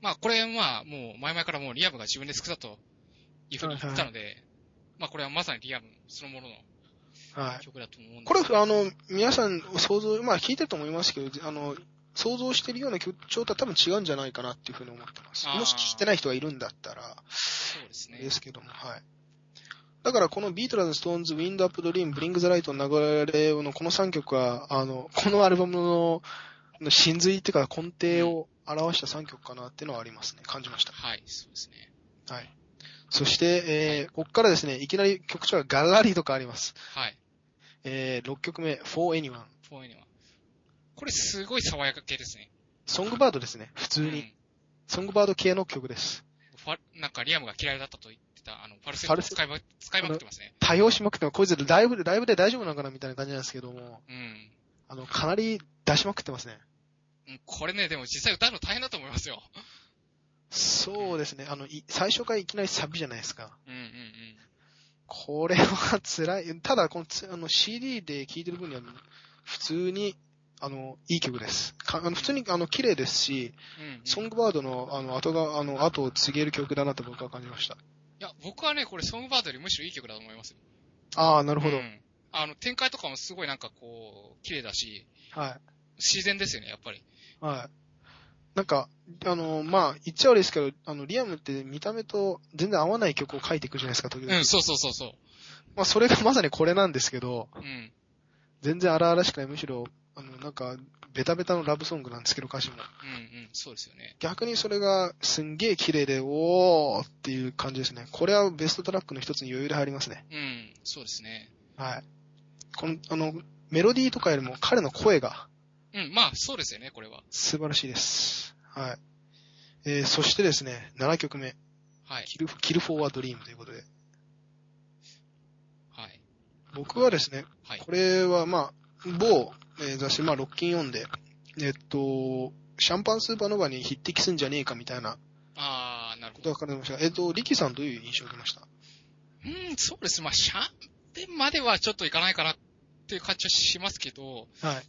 Speaker 2: まあ、これ、まあ、もう、前々からもうリアムが自分で作ったというふうに言ってたので、まあ、これはまさにリアムそのものの
Speaker 1: はい。
Speaker 2: 曲だと思うんです
Speaker 1: これ、あの、皆さん想像、まあ聞いてると思いますけど、あの、想像してるような曲調とは多分違うんじゃないかなっていうふうに思ってます。
Speaker 2: あー
Speaker 1: もし聞いてない人がいるんだったら、
Speaker 2: そうですね
Speaker 1: で。すけども、はい。だからこのビートラーズ、ストーンズ、ウィンドアップドリーム、ブリングザライトの流れのこの3曲は、あの、このアルバムの、の真髄っていうか根底を表した3曲かなっていうのはありますね。感じました。
Speaker 2: はい、そうですね。
Speaker 1: はい。そして、えー、こっからですね、いきなり曲調がガラリと変わります。
Speaker 2: はい。
Speaker 1: えー、6曲目、For Anyone。
Speaker 2: フォーエニは。これ、すごい爽やか系ですね。
Speaker 1: ソングバードですね、普通
Speaker 2: う
Speaker 1: に。
Speaker 2: ん。
Speaker 1: ソングバード系の曲です。
Speaker 2: ファルなんか、リアムが嫌いだったと言ってた、あの、ファルセ
Speaker 1: ファ
Speaker 2: ッ
Speaker 1: ル
Speaker 2: ト
Speaker 1: セ
Speaker 2: 使いま、使いまくってますね。
Speaker 1: 多用しまくっても、こいつライブで、ライブで大丈夫なのかなみたいな感じなんですけども、
Speaker 2: うん。
Speaker 1: あの、かなり出しまくってますね。
Speaker 2: うんこれね、でも実際歌うの大変だと思いますよ。
Speaker 1: そうですね、あの、い最初からいきなりサビじゃないですか。
Speaker 2: うんうんうん。
Speaker 1: これは辛い。ただ、このつ、あの、CD で聴いてる分には、普通に、あの、いい曲です。かあの普通に、あの、綺麗ですし、
Speaker 2: うん、うん。
Speaker 1: ソングバードの、あの、後が、あの、後を告げる曲だなと僕は感じました。
Speaker 2: いや、僕はね、これソングバードよりむしろいい曲だと思いますよ。
Speaker 1: ああ、なるほど。
Speaker 2: うん。あの、展開とかもすごいなんかこう、綺麗だし、
Speaker 1: はい。
Speaker 2: 自然ですよね、やっぱり。
Speaker 1: はい。なんか、あの、まあ、言っちゃ悪いですけど、あの、リアムって見た目と全然合わない曲を書いていくじゃないですか、時々。
Speaker 2: うん、そうそうそうそ
Speaker 1: まあ、それがまさにこれなんですけど、
Speaker 2: う。うん。
Speaker 1: 全然荒々しくない、むしろ、あの、なんか、ベタベタのラブソングなんですけど、歌詞も。
Speaker 2: うんうん、そうですよね。
Speaker 1: 逆にそれが、すんげえ綺麗で、おーっていう感じですね。これはベストトラックの一つに余裕で入りますね。
Speaker 2: うん、そうですね。
Speaker 1: はい。この、あの、メロディーとかよりも彼の声が
Speaker 2: うん、まあ、そうですよね、これは。
Speaker 1: 素晴らしいです。はい。えー、そしてですね、7曲目、
Speaker 2: はい。
Speaker 1: キル、キルフォーワードリームということで。
Speaker 2: はい。
Speaker 1: 僕はですね、
Speaker 2: はい。
Speaker 1: これはまあ、某、えー雑誌、まあ、ロッキン読んで、えっと、シャンパンスーパーノヴァに匹敵すんじゃねえかみたいな
Speaker 2: あー、なる
Speaker 1: こ
Speaker 2: ほ
Speaker 1: と
Speaker 2: ど。
Speaker 1: が書かれてましたが、えっと、リキさんどういう印象を受けました
Speaker 2: うん、そうです。まあ、シャンペンまではちょっといかないかなっていう感じはしますけど、
Speaker 1: はい。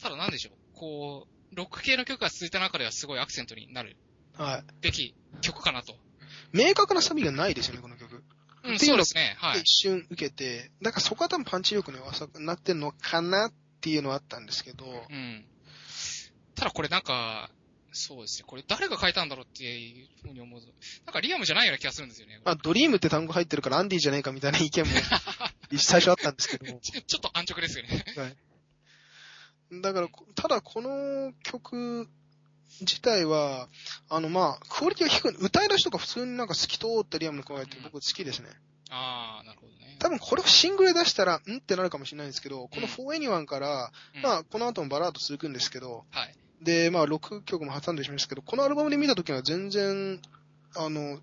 Speaker 2: ただなんでしょう。こう、ロック系の曲が続いた中ではすごいアクセントになる
Speaker 1: はい。
Speaker 2: べき曲かなと。
Speaker 1: 明確なサビがないですよね、この曲。
Speaker 2: う
Speaker 1: っ
Speaker 2: ん、
Speaker 1: ていうの
Speaker 2: そうですね。はい
Speaker 1: 一。瞬受けて、だからそこは多分パンチ力に浅くなってるのかなっていうのはあったんですけど、
Speaker 2: うん。ただこれなんか、そうですね。これ誰が書いたんだろうっていうふうに思うと。なんかリアムじゃないような気がするんですよね。
Speaker 1: まあ、ドリームって単語入ってるからアンディじゃねえかみたいな意 見も最初あったんですけども、
Speaker 2: ちちょっと安直ですよね。
Speaker 1: だからこ、ただこの曲自体は、あのまあ、クオリティが低い。歌い出しとか普通になんか透き通ったリアムの声って僕好きですね。
Speaker 2: あー、なるほどね。
Speaker 1: 多分これをシングルで出したら、んってなるかもしれないんですけど、この
Speaker 2: うん
Speaker 1: For Anyone から、
Speaker 2: うん
Speaker 1: まあ、この後もバラード続くんですけど、
Speaker 2: はい。
Speaker 1: で、まあ、6曲も挟んでしまいましたけど、このアルバムで見た時には全然、あの、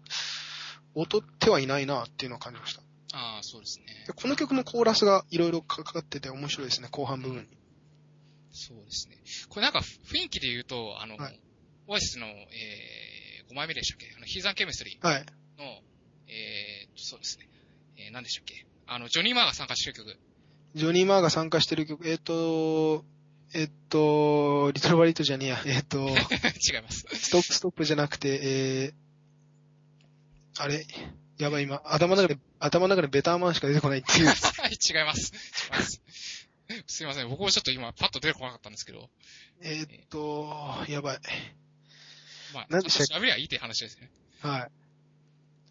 Speaker 1: 劣ってはいないなっていうのを感じました。
Speaker 2: あー、そうですね
Speaker 1: で。この曲もコーラスがいろいろかかってて面白いですね、後半部分に。
Speaker 2: そうですね。これなんか雰囲気で言うと、あの、
Speaker 1: はい
Speaker 2: オアシスの、えー、5枚目でしたっけあの、ヒーザンケミストリ
Speaker 1: は
Speaker 2: ー
Speaker 1: い。
Speaker 2: の、えー、そうですね。えー、何でしたっけあの、ジョニー・マーが参加してる曲。
Speaker 1: ジョニー・マーが参加してる曲、えっ、と、えっ、と、リトル・バリットじゃねえや、えっ、と、
Speaker 2: 違います。
Speaker 1: ストップ・ストップじゃなくて、えー、あれ、やばい今、頭の中で、頭の中でベターマンしか出てこないっていう。
Speaker 2: はい、違います。違います。すいません。僕もちょっと今、パッと出てこなかったんですけど。
Speaker 1: えっと、やばい。
Speaker 2: まあ、
Speaker 1: 何でしたっけ
Speaker 2: 調べりゃいいって話ですね。
Speaker 1: はい。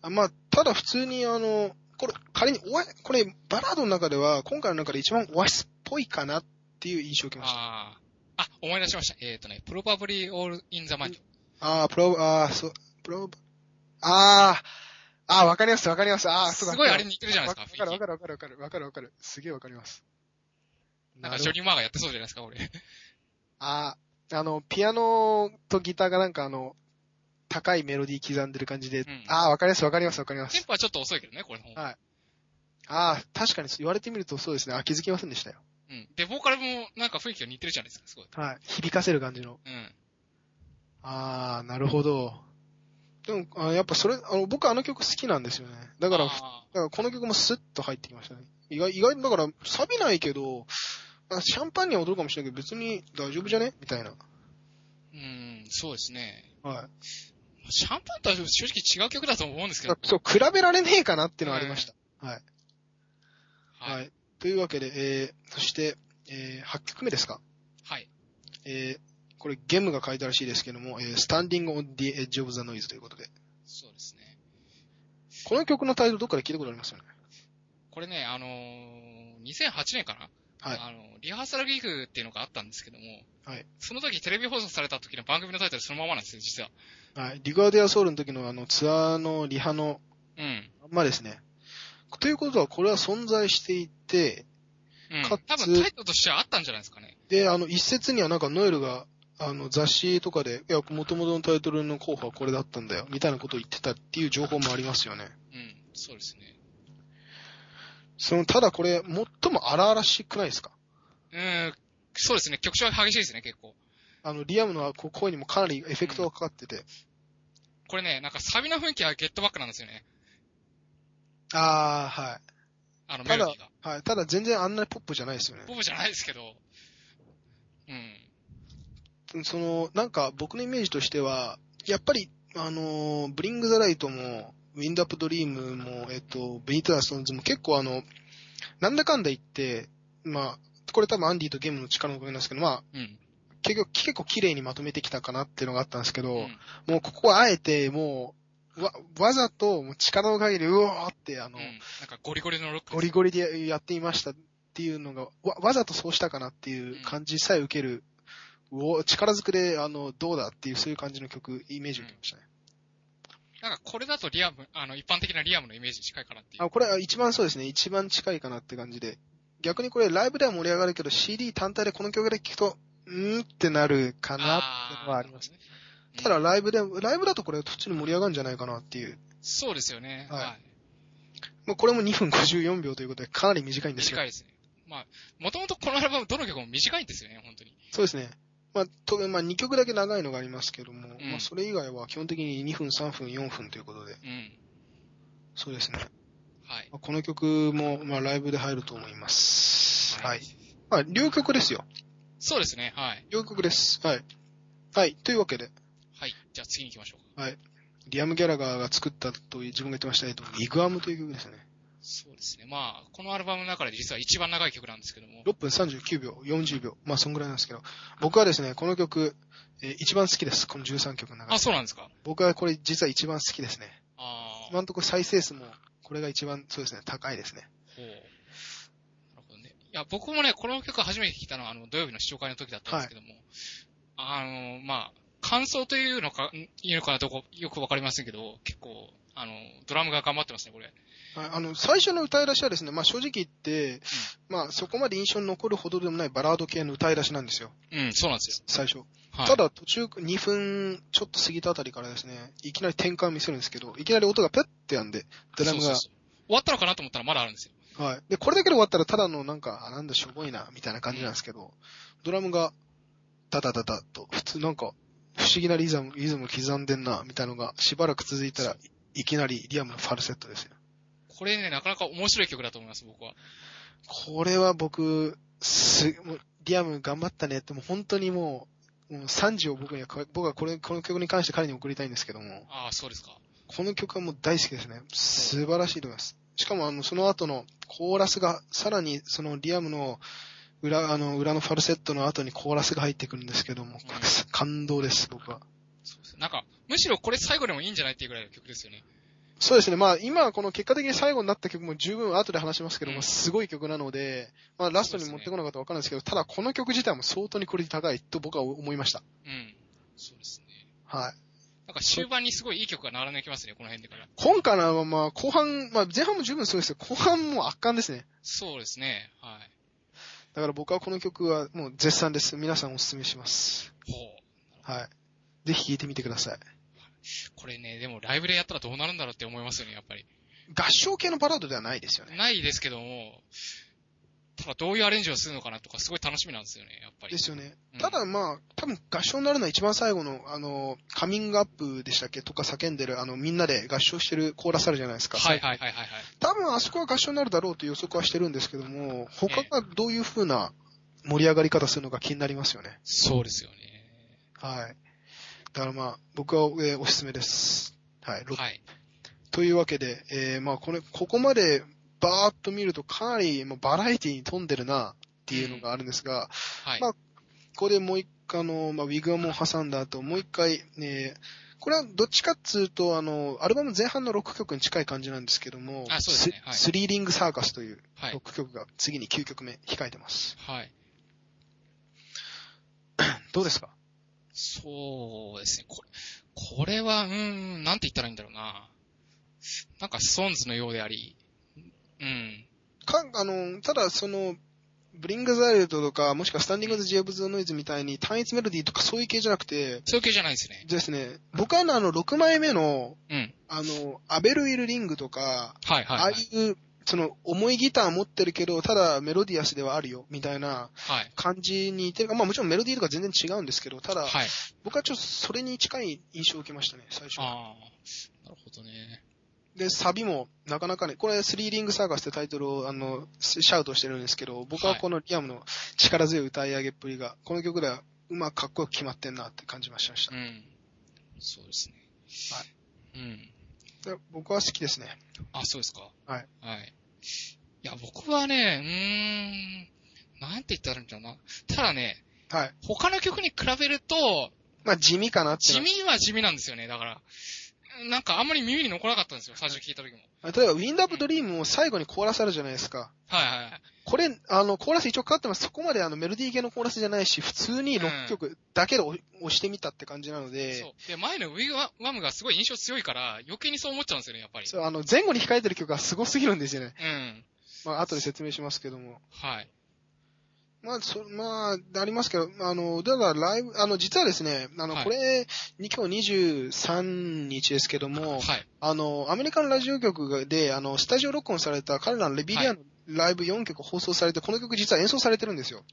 Speaker 1: あまあ、ただ普通にあの、これ、仮にオア、これ、バラードの中では、今回の中で一番オアシスっぽいかなっていう印象を受けました。
Speaker 2: ああ。あ、思い出しました。えっ、とね、probably all in the mind。
Speaker 1: ああ、プロ、ああ、そう、プロ、ああ、ああ、わかります、わかります。ああ、そうだ。
Speaker 2: すごいあれ似てるじゃないですか、
Speaker 1: わわかるわかるわかるわかるわかるわかる。すげえわかります。
Speaker 2: なんか
Speaker 1: る
Speaker 2: ジョニー・マーがやってそうじゃないですか、 俺。
Speaker 1: ああ、あの、ピアノとギターがなんかあの、高いメロディー刻んでる感じで、
Speaker 2: ん
Speaker 1: ああ、わかります、わかります、わかりま
Speaker 2: テン
Speaker 1: す。
Speaker 2: ポはちょっと遅いけどね、これの方
Speaker 1: はいああ、確かにそう言われてみるとそうですね。あ、気づきませんでしたよ。
Speaker 2: うん。で、ボーカルもなんか雰囲気が似てるじゃないですか、すごい。
Speaker 1: はい。響かせる感じの。
Speaker 2: うん。
Speaker 1: ああ、なるほど。でも、あやっぱそれ、あの、僕あの曲好きなんですよね。だから、だか
Speaker 2: あ
Speaker 1: らこの曲もスッと入ってきましたね。意外、意外にだから、錆びないけど、あシャンパンには踊るかもしれないけど、別に大丈夫じゃねみたいな。
Speaker 2: ーうん、そうですね。
Speaker 1: はい。
Speaker 2: シャンパンとは正直違う曲だと思うんですけ
Speaker 1: だ
Speaker 2: ど
Speaker 1: か。らそう、比べられねえかなっていうのはありました。
Speaker 2: は。
Speaker 1: はいい。というわけで、えー、そして、えー、8曲目ですか
Speaker 2: はい。
Speaker 1: えー、これゲームが書いたらしいですけども、えー、Standing on the Edge of the Noise ということで。
Speaker 2: そうですね。
Speaker 1: この曲のタイトルどっかで聞いたことありますよね。
Speaker 2: これね、あのー、2008年かな
Speaker 1: はい
Speaker 2: あの、リハーサルギグっていうのがあったんですけども、
Speaker 1: はい。
Speaker 2: その時テレビ放送された時の番組のタイトルそのままなんですよ、実は。
Speaker 1: はい。リガーデアソウルの時のあのツアーのリハの
Speaker 2: うん。
Speaker 1: まんまですね。ということは、これは存在していて、
Speaker 2: うん。
Speaker 1: かつ
Speaker 2: 多分タイトルとしてはあったんじゃないですかね。
Speaker 1: で、あの、一説にはなんかノエルが、あの、雑誌とかで、いや、元々のタイトルの候補はこれだったんだよ、みたいなことを言ってたっていう情報もありますよね。
Speaker 2: うん。そうですね。
Speaker 1: その、ただこれ、最も荒々しくないですか
Speaker 2: うん。そうですね。曲調は激しいですね、結構。
Speaker 1: あの、リアムのこう声にもかなりエフェクトがかかってて。
Speaker 2: これね、なんかサビの雰囲気はゲットバックなんですよね。
Speaker 1: あー、はい。
Speaker 2: あの、メ
Speaker 1: た
Speaker 2: ロデ
Speaker 1: だ
Speaker 2: ィーが。
Speaker 1: はい。ただ全然あんなにポップじゃないですよね。
Speaker 2: ボブじゃないですけど。うん。
Speaker 1: その、なんか僕のイメージとしては、やっぱり、あのー、ブリングザライトも、ウィンドアップドリームも、えっと、ベニターストーンズも結構あの、なんだかんだ言って、まあ、これ多分アンディとゲームの力のおかげなんですけど、まあ、
Speaker 2: うん。
Speaker 1: 結局、結構綺麗にまとめてきたかなっていうのがあったんですけど、
Speaker 2: うん
Speaker 1: もうここはあえて、もう、わ、わざと、もう力の限り、うわーって、あ
Speaker 2: う
Speaker 1: の、
Speaker 2: ん。なんかゴリゴリのロックです。
Speaker 1: ゴリゴリでやっていましたっていうのが、わ、わざとそうしたかなっていう感じさえ受ける、うお力ずくで、あの、どうだっていう、そういう感じの曲、イメージを受けましたね。
Speaker 2: なんかこれだとリアム、あの、一般的なリアムのイメージに近いかなっていう。
Speaker 1: あ、これは一番そうですね、一番近いかなって感じで。逆にこれ、ライブでは盛り上がるけど、CD 単体でこの曲で聴くと、んーってなるかなってのはあります。
Speaker 2: ね。うん
Speaker 1: ただ、ライブで、ライブだとこれ、途中に盛り上がるんじゃないかなっていう。
Speaker 2: そうですよね。
Speaker 1: はい
Speaker 2: はい。
Speaker 1: まあ、これも2分54秒ということで、かなり短いんですよ
Speaker 2: 短いですね。まあ、もともとこのアルバムどの曲も短いんですよね、本当に。
Speaker 1: そうですね。まあ、と、まあ、2曲だけ長いのがありますけども、
Speaker 2: うん
Speaker 1: まあ、それ以外は基本的に2分、3分、4分ということで、
Speaker 2: うん。
Speaker 1: そうですね。
Speaker 2: はい。
Speaker 1: まあこの曲も、まあ、ライブで入ると思います。はい。。まあ、両曲ですよ。
Speaker 2: そうですね、はい。
Speaker 1: 両曲です。はい。はい。というわけで、
Speaker 2: はい。じゃあ次に行きましょうか。
Speaker 1: リアム・ギャラガーが作ったと自分が言ってました、えっと、ビグアムという曲ですね。
Speaker 2: そうですね。まあ、このアルバムの中で実は一番長い曲なんですけども。
Speaker 1: 6分39秒、40秒。まあ、そんぐらいなんですけど、僕はですね、この曲、えー一番好きです。この13曲の中
Speaker 2: あ、
Speaker 1: で。
Speaker 2: そうなんですか。
Speaker 1: 僕はこれ実は一番好きですね。
Speaker 2: ああ。
Speaker 1: 今のところ再生数も、これが一番、そうですね、高いですね。
Speaker 2: ほう。なるほどね。いや、僕もね、この曲初めて聞いたのは、あの、土曜日の視聴会の時だったんですけども、あの、まあ、感想というのか、んいうのかなとこ、よくわかりませんけど、結構、あの、ドラムが頑張ってますね、これ。
Speaker 1: はいあの、最初の歌い出しはですね、まあ正直言って、まあそこまで印象に残るほどでもないバラード系の歌い出しなんですよ、
Speaker 2: うん、そうなんですよ。
Speaker 1: 最初。
Speaker 2: はい。
Speaker 1: た、だ途中2分ちょっと過ぎたあたりからですね、いきなり転換を見せるんですけど、いきなり音がペッてやんで、ドラム
Speaker 2: そう
Speaker 1: が。
Speaker 2: そうそう終わったのかなと思ったらまだあるんですよ。
Speaker 1: はい。で、これだけで終わったらただのなんか、あ、なんだしょぼいな、みたいな感じなんですけど、ドラムが、ダダダダと、普通なんか、不思議なリズム、リズム刻んでんな、みたいなのがしばらく続いたら、いいきなりリアムのファルセットですよ。
Speaker 2: これね、なかなか面白い曲だと思います、僕は。
Speaker 1: これは僕、す、もうリアム頑張ったねって、もう本当にもう、もう3時を僕には、僕はこれ、この曲に関して彼に送りたいんですけども、
Speaker 2: ああ、そうですか。
Speaker 1: この曲はもう大好きですね。素晴らしいと思います。しかもあの、その後のコーラスが、さらにそのリアムの裏、あの、裏のファルセットの後にコーラスが入ってくるんですけども、これ感動です、僕は。
Speaker 2: そうですなんか、むしろこれ最後でもいいんじゃないっていうぐらいの曲ですよね。
Speaker 1: そうですね。まあ、今、この結果的に最後になった曲も十分後で話しますけども、すごい曲なので、まあ、ラストに持ってこなかったらわかるんですけど、ただこの曲自体も相当にクオリティ高いと僕は思いました。
Speaker 2: うん。そうですね。
Speaker 1: はい。
Speaker 2: なんか終盤にすごいいい曲が並んできますね、この辺でから。
Speaker 1: 今回のはまあ、後半、まあ、前半も十分すごいですけど、後半も圧巻ですね。
Speaker 2: そうですね。はい。
Speaker 1: だから僕はこの曲はもう絶賛です。皆さんお勧めします。
Speaker 2: ほう。
Speaker 1: はい。ぜひ聴いてみてください。
Speaker 2: これね、でもライブでやったらどうなるんだろうって思いますよね、やっぱり。
Speaker 1: 合唱系のバラードではないですよね。
Speaker 2: ないですけども、ただどういうアレンジをするのかなとか、すごい楽しみなんですよね、やっぱり。
Speaker 1: ですよね
Speaker 2: うん。
Speaker 1: ただまあ、多分合唱になるのは一番最後の、あの、カミングアップでしたっけとか叫んでる、あの、みんなで合唱してるコーラスあるじゃないですか。
Speaker 2: はいはいはいはいはい。
Speaker 1: 多分あそこは合唱になるだろうという予測はしてるんですけども、他がどういう風な盛り上がり方するのか気になりますよね。
Speaker 2: そうですよね。
Speaker 1: はい。だからまあ、僕は、えーおすすめです。はい。ろ
Speaker 2: はい。
Speaker 1: というわけで、えーまあ、これ、ここまでバーっと見るとかなりもうバラエティに富んでるなっていうのがあるんですが、
Speaker 2: はい。
Speaker 1: まあここでもう一回、あの、まあ、ウィグアムを挟んだ後、もう一回、ね、これはどっちかっつうと、あの、アルバム前半の6曲に近い感じなんですけども、
Speaker 2: あそうですね
Speaker 1: ス
Speaker 2: はい
Speaker 1: スリーリングサーカスという
Speaker 2: はい。
Speaker 1: 6曲が次に9曲目控えてます。
Speaker 2: はい。
Speaker 1: どうですか
Speaker 2: そうですね。これ、これは、うーん、なんて言ったらいいんだろうな。なんか、ソンズのようであり、うん。
Speaker 1: か、あの、ただその、ブリングザイルドとか、もしくはスタンディングズ・ジェーブズ・ノイズみたいに単一メロディーとかそういう系じゃなくて、
Speaker 2: そういう系じゃないですね。
Speaker 1: ですね、僕はあのあの、6枚目の、
Speaker 2: うん。
Speaker 1: あの、アベル・ウィル・リングとか、
Speaker 2: はいはい、はい。
Speaker 1: ああいう、その、重いギター持ってるけど、ただメロディアスではあるよ、みたいな
Speaker 2: はい。
Speaker 1: 感じに似てる。まあもちろんメロディーとか全然違うんですけど、ただ、
Speaker 2: はい。
Speaker 1: 僕はちょっとそれに近い印象を受けましたね、最初。
Speaker 2: ああ。なるほどね。
Speaker 1: で、サビも、なかなかね、これ、スリーリングサーカスってタイトルを、あの、シシャウトしてるんですけど、僕はこのリアムの力強い歌い上げっぷりが、この曲では、うまくかっこよく決まってんなって感じました。
Speaker 2: うん。そうですね。はい。うん。
Speaker 1: で僕は好きですね。
Speaker 2: あ、そうですか。
Speaker 1: はい。
Speaker 2: はい。いや、僕はね、うーん、なんて言ったらいいんだろうな。ただね、
Speaker 1: はい。
Speaker 2: 他の曲に比べると、
Speaker 1: まあ、地味かなって
Speaker 2: 地
Speaker 1: いうのは。
Speaker 2: 味は地味なんですよね、だから。なんかあんまり耳に残らなかったんですよ、最初聞いた時も。
Speaker 1: 例えば、ウィンドアップドリームも最後にコーラスあるじゃないですか。
Speaker 2: はいはいはい。
Speaker 1: これ、あの、コーラス一応かかってます。そこまであのメロディー系のコーラスじゃないし、普通に6曲だけで押押してみたって感じなので、
Speaker 2: そう。で、前のウィグワムがすごい印象強いから、余計にそう思っちゃうんですよね、やっぱり。
Speaker 1: そうあの、前後に控えてる曲がすごすぎるんですよね。
Speaker 2: うん。
Speaker 1: まあ、後で説明しますけども。
Speaker 2: はい。
Speaker 1: まあ、そ、まあ、ありますけど、あの、だからライブ、あの、実はですね、あの、
Speaker 2: はい
Speaker 1: これ、に今日23日ですけど も、
Speaker 2: はい。
Speaker 1: あの、アメリカのラジオ局がで、あの、スタジオ録音された彼らのレビリアのライブ4曲放送されて、この曲実は演奏されてるんですよ。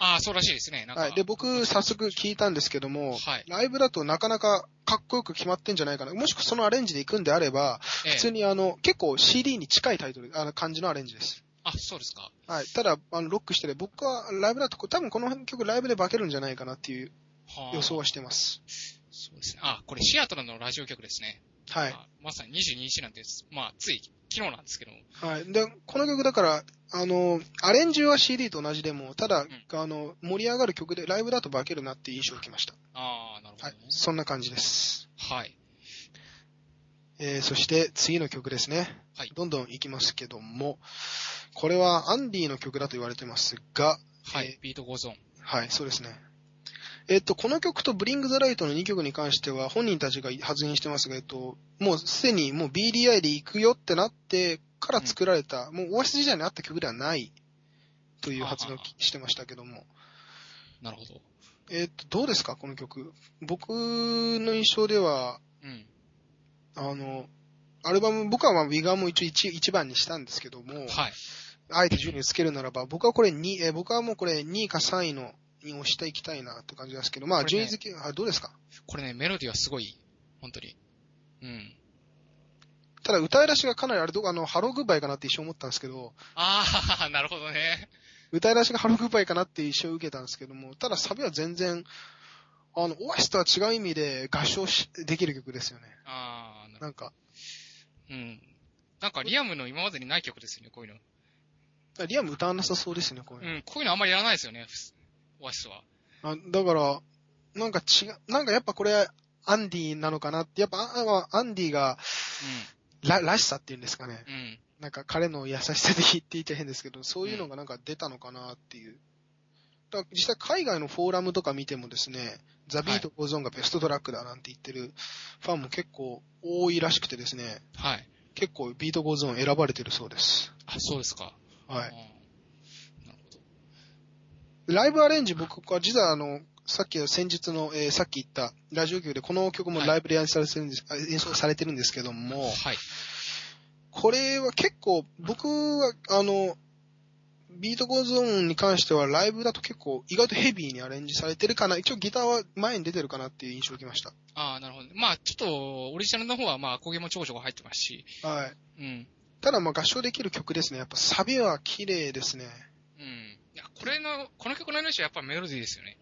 Speaker 2: ああ、そうらしいですね、なんか。
Speaker 1: はい。で、僕、早速聞いたんですけども、
Speaker 2: はい。
Speaker 1: ライブだとなかなかかっこよく決まってんじゃないかな。もしくはそのアレンジで行くんであれば、
Speaker 2: ええ
Speaker 1: 普通にあの、結構 CD に近いタイトル、あの、感じのアレンジです。
Speaker 2: あ、そうですか。
Speaker 1: はい。ただ、あの、ロックしてて、僕はライブだと、多分この曲ライブで化けるんじゃないかなっていう
Speaker 2: はあ
Speaker 1: 予想はしてます。
Speaker 2: そうですね。あ、これシアトルのラジオ局ですね。
Speaker 1: はい。
Speaker 2: あまさに22日なんです。まあ、つい昨日なんですけども。
Speaker 1: はい。で、この曲だから、あの、アレンジは CD と同じでも、ただ、
Speaker 2: ん
Speaker 1: あの、盛り上がる曲で、ライブだと化けるなっていう印象を受けました。
Speaker 2: ああ、なるほど
Speaker 1: はい
Speaker 2: ね。。
Speaker 1: そんな感じです。
Speaker 2: はい。
Speaker 1: えー、そして次の曲ですね。
Speaker 2: はい
Speaker 1: どんどん行きますけども、これはアンディの曲だと言われてますが、
Speaker 2: はい。
Speaker 1: えー
Speaker 2: ビートゴーゾーン。
Speaker 1: はい、そうですね。えっと、この曲とブリングザライトの2曲に関しては本人たちが発言してますが、えっと、もうすでにもう BDI で行くよってなってから作られた、もうオアシス時代にあった曲ではないという発言を
Speaker 2: はあは
Speaker 1: してましたけども。
Speaker 2: なるほど。
Speaker 1: えっと、どうですかこの曲。僕の印象では、
Speaker 2: うん。
Speaker 1: あの、アルバム、僕はまあ、ウィガーも一応 1, 番にしたんですけども、
Speaker 2: はい。
Speaker 1: あえて順位をつけるならば、僕はこれ2、えー僕はもうこれ2位か3位の、に押していきたいなって感じなんですけど、まあ、
Speaker 2: これね
Speaker 1: 順位付け、あ、どうですか
Speaker 2: これね、メロディーはすごい、本当に。うん。
Speaker 1: ただ、歌い出しがかなりあれ、どこあの、ハローグッバイかなって一瞬思ったんですけど、
Speaker 2: ああ、 なるほどね。
Speaker 1: 歌い出しがハローグッバイかなって一瞬受けたんですけども、ただ、サビは全然、あの、オアシスとは違う意味で合唱し、できる曲ですよね。
Speaker 2: ああ、なる
Speaker 1: なんか、
Speaker 2: うん。なんか、リアムの今までにない曲ですよね、こういうの。
Speaker 1: リアム歌わなさそうですね、こういうの
Speaker 2: うん、こういうのあんまりやらないですよね、ふすオアシスは。
Speaker 1: あだから、なんか違う、なんかやっぱこれ、アンディなのかなって、やっぱ、ああアンディが、
Speaker 2: う
Speaker 1: ら、らしさっていうんですかね。
Speaker 2: うん。
Speaker 1: なんか彼の優しさで言って言っちゃ変ですけど、そういうのがなんか出たのかなっていう。だから実際海外のフォーラムとか見てもですね、ザ・ビート・ゴーゾーンがベストトラックだなんて言ってるファンも結構多いらしくてですね、
Speaker 2: はい。
Speaker 1: 結構ビート・ゴーゾーン選ばれてるそうです。
Speaker 2: あ、そうですか。
Speaker 1: はい。
Speaker 2: うんなるほど。
Speaker 1: ライブアレンジ、僕は実はあの、さっき、先日の、えーさっき言ったラジオ局でこの曲もライブで演奏されてるんです、あ演奏されてるんですけども、
Speaker 2: はい。
Speaker 1: これは結構、僕は、あの、ビートゴーゾーンに関してはライブだと結構意外とヘビーにアレンジされてるかな。一応ギターは前に出てるかなっていう印象を受けました。
Speaker 2: ああ、なるほど。まあ、ちょっと、オリジナルの方は、まあ、工芸もちょこちょこ入ってますし、
Speaker 1: はい。
Speaker 2: うん。
Speaker 1: ただまあ合唱できる曲ですね。やっぱサビは綺麗ですね。
Speaker 2: うん。いや、これの、この曲の印象はやっぱメロディーですよね。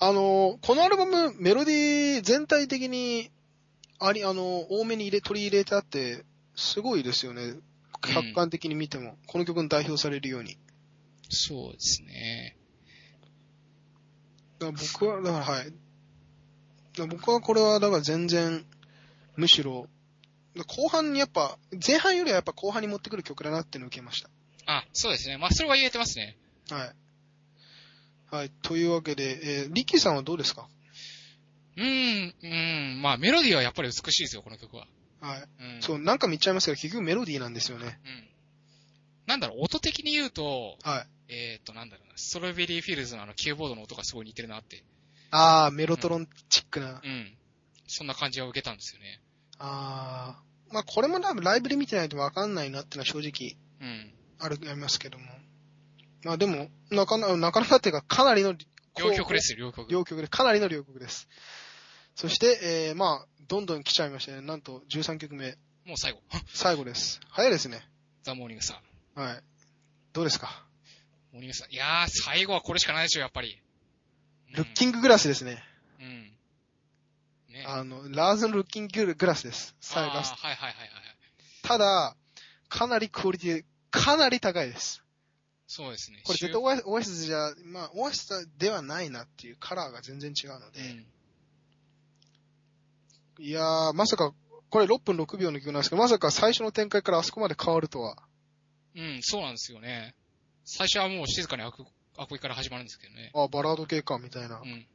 Speaker 1: あの、このアルバムメロディー全体的にあり、あの、多めに入れ、取り入れてあって、すごいですよね。客観的に見ても、この曲に代表されるように。
Speaker 2: そうですね。
Speaker 1: だから僕は、だからはい。だから僕はこれは、だから全然、むしろ、だから後半にやっぱ、前半よりはやっぱ後半に持ってくる曲だなっていうのを受けまし
Speaker 2: あ、そうですね。まあ、それは言えてますね。
Speaker 1: た。はい。はい。というわけで、えー、リッキーさんはどうですか
Speaker 2: うーん、うん。まあ、メロディーはやっぱり美しいですよ、この曲は。
Speaker 1: はい。
Speaker 2: うん。。
Speaker 1: そうう、なんか見ちゃいますけど、結局メロディーなんですよね。
Speaker 2: うん。なんだろう、音的に言うと、
Speaker 1: はい。
Speaker 2: えっ、と、なんだろうな、ストロベリーフィールズのあの、キューボードの音がすごい似てるなって。
Speaker 1: あー、メロトロンチックな。
Speaker 2: うん。そんな感じは受けたんですよね。
Speaker 1: あー。まあ、これも多分ライブで見てないとわかんないなっていうのは正直
Speaker 2: うん。
Speaker 1: ある、ありますけども。まあでも、なかなか、なかなかっていうか、かなりの、
Speaker 2: 両曲ですよ、両曲。
Speaker 1: 両曲で、かなりの両曲です。そして、えー、まあ、どんどん来ちゃいましたね。なんと13曲目、
Speaker 2: もう最後。
Speaker 1: 最後です。早いですね。
Speaker 2: ザ・モーニングさん。
Speaker 1: はい。どうですか、
Speaker 2: モーニングさん。いやー、最後はこれしかないでしょ、やっぱり。
Speaker 1: ルッキンググラスですね。
Speaker 2: うん。うん。ね。
Speaker 1: あの、ラーズのルッキンググラスです。最後
Speaker 2: あー
Speaker 1: ラス
Speaker 2: はいはいはいはいはい。
Speaker 1: トただ、かなりクオリティ、かなり高いです。
Speaker 2: そうですね。
Speaker 1: これ絶対
Speaker 2: 終
Speaker 1: オアシオアシスじゃ、まあ、オアシスではないなっていうカラーが全然違うので。
Speaker 2: うん。
Speaker 1: いやー、まさか、これ6分6秒の曲なんですけど、まさか最初の展開からあそこまで変わるとは。
Speaker 2: うん、そうなんですよね。最初はもう静かに悪、悪意から始まるんですけどね。
Speaker 1: あ、バラード系か、みたいな
Speaker 2: う。ん。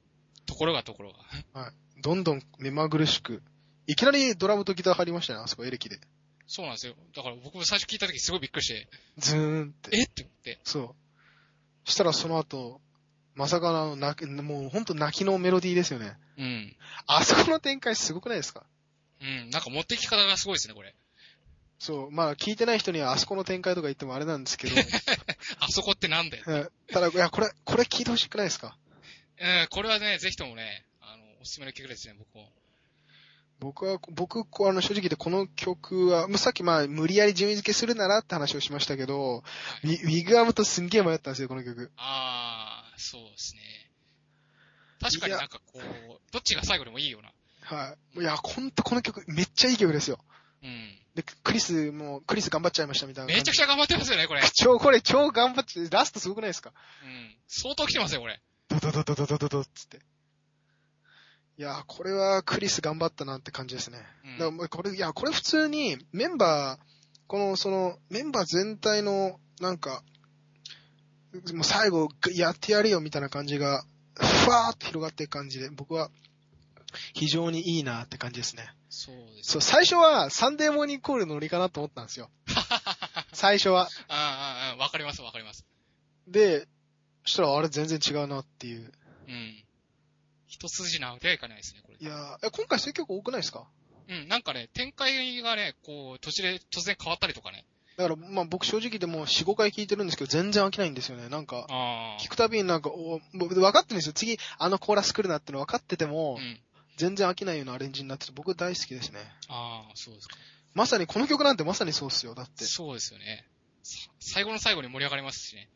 Speaker 2: ところがところが。
Speaker 1: どんどん目まぐるしく。いきなりドラムとギター入りましたね、あそこエレキで。
Speaker 2: そうなんですよ。だから僕も最初聞いた時すごいびっくりして、
Speaker 1: ズーンって。
Speaker 2: えって思って。
Speaker 1: そう。したらその後、まさかの泣き、もうほんと泣きのメロディーですよね。
Speaker 2: うん。
Speaker 1: あそこの展開すごくないですか
Speaker 2: うん。なんか持ってき方がすごいですね、これ。
Speaker 1: そう。まあ聞いてない人にはあそこの展開とか言ってもあれなんですけど。
Speaker 2: あそこってなんだよ。
Speaker 1: うんただ、いや、これ、これ聞いてほしくないですか
Speaker 2: うん、これはね、ぜひともね、あの、おすすめの曲ですね、僕も。
Speaker 1: 僕は、僕、こうあの、正直言ってこの曲は、もうさっきまあ、無理やり順位付けするならって話をしましたけど、ウィウィグアムとすんげえ迷ったんですよ、この曲。
Speaker 2: あー、そうですね。確かになんかこう、どっちが最後でもいいような。
Speaker 1: はい。いや、ほんとこの曲、めっちゃいい曲ですよ。
Speaker 2: うん。
Speaker 1: で、クリス、もう、クリス頑張っちゃいましたみたいな。
Speaker 2: めちゃくち
Speaker 1: ゃ。
Speaker 2: ゃ頑張ってますよね、これ。
Speaker 1: 超、これ超頑張っちゃ、ラストすごくないですか
Speaker 2: うん。相当来てますよ、これ。
Speaker 1: ドドドドドドドドっつって。いやー、これはクリス頑張ったなって感じですね。
Speaker 2: うん
Speaker 1: だからもうこれ、いや、これ普通にメンバー、この、その、メンバー全体の、なんか、もう最後、やってやるよみたいな感じが、ふわーっと広がっていく感じで、僕は、非常にいいなって感じですね。
Speaker 2: そうです。
Speaker 1: そう、最初は、サンデーモーニングコールのノリかなと思った んですよ。最初は。
Speaker 2: あーあー、あーわかります、わかります。
Speaker 1: で、そしたら、あれ全然違うなっていう。
Speaker 2: うん。一筋縄ではいかないですね、これ。
Speaker 1: いやーえ今回そういう曲多くないですか
Speaker 2: うん、なんかね、展開がね、こう、途中で突然変わったりとかね。
Speaker 1: だから、まあ僕正直でもう4、5回聴いてるんですけど、全然飽きないんですよね。なんか、
Speaker 2: あ
Speaker 1: 聞くたびになんか、お僕分かってるんですよ。次、あのコーラス来るなっての分かってて
Speaker 2: あ。う
Speaker 1: も、
Speaker 2: ん。
Speaker 1: 全然飽きないようなアレンジになってて、僕大好きですね。
Speaker 2: ああ、そうですか。
Speaker 1: まさに、この曲なんてまさにそうっすよ。だって、
Speaker 2: そうですよね。さ最後の最後に盛り上がりますしね。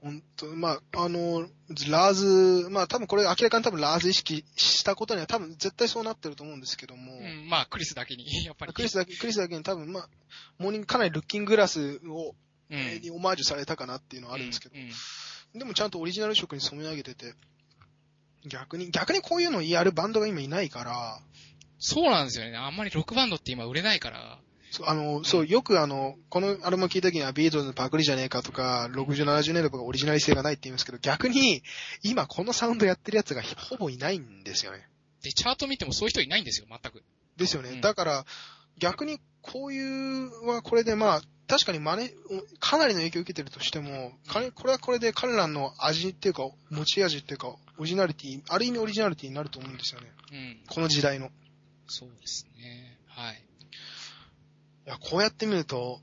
Speaker 1: ほんと、まあ、あの、ラーズ、まあ多分これ明らかに多分ラーズ意識したことには多分絶対そうなってると思うんですけども、
Speaker 2: うん、まあ、クリスだけに、やっぱり。
Speaker 1: クリスだけ、クリスだけに多分まあ、モーニングかなりルッキンググラスを、
Speaker 2: うん、
Speaker 1: にオマージュされたかなっていうのはあるんですけど、
Speaker 2: う
Speaker 1: でもちゃんとオリジナル色に染め上げてて、逆に、逆にこういうのやるバンドが今いないから、
Speaker 2: そうなんですよね。あんまりロックバンドって今売れないから。
Speaker 1: そう、あの、そう、よくあの、このアルバム聞いた時にはビートルズのパクリじゃねえかとか、60、70年代とかオリジナリ性がないって言いますけど、逆に、今このサウンドやってるやつがほぼいないんですよね。
Speaker 2: で、チャート見てもそういう人いないんですよ、全く。
Speaker 1: ですよね。
Speaker 2: うん
Speaker 1: だから、逆にこういうはこれでまあ、確かに真似、かなりの影響を受けてるとしても、彼これはこれで彼らの味っていうか、持ち味っていうか、オリジナリティ、ある意味オリジナリティになると思うんですよね。
Speaker 2: うん。
Speaker 1: この時代の。い
Speaker 2: そうですね。はい。
Speaker 1: や、こうやってみると、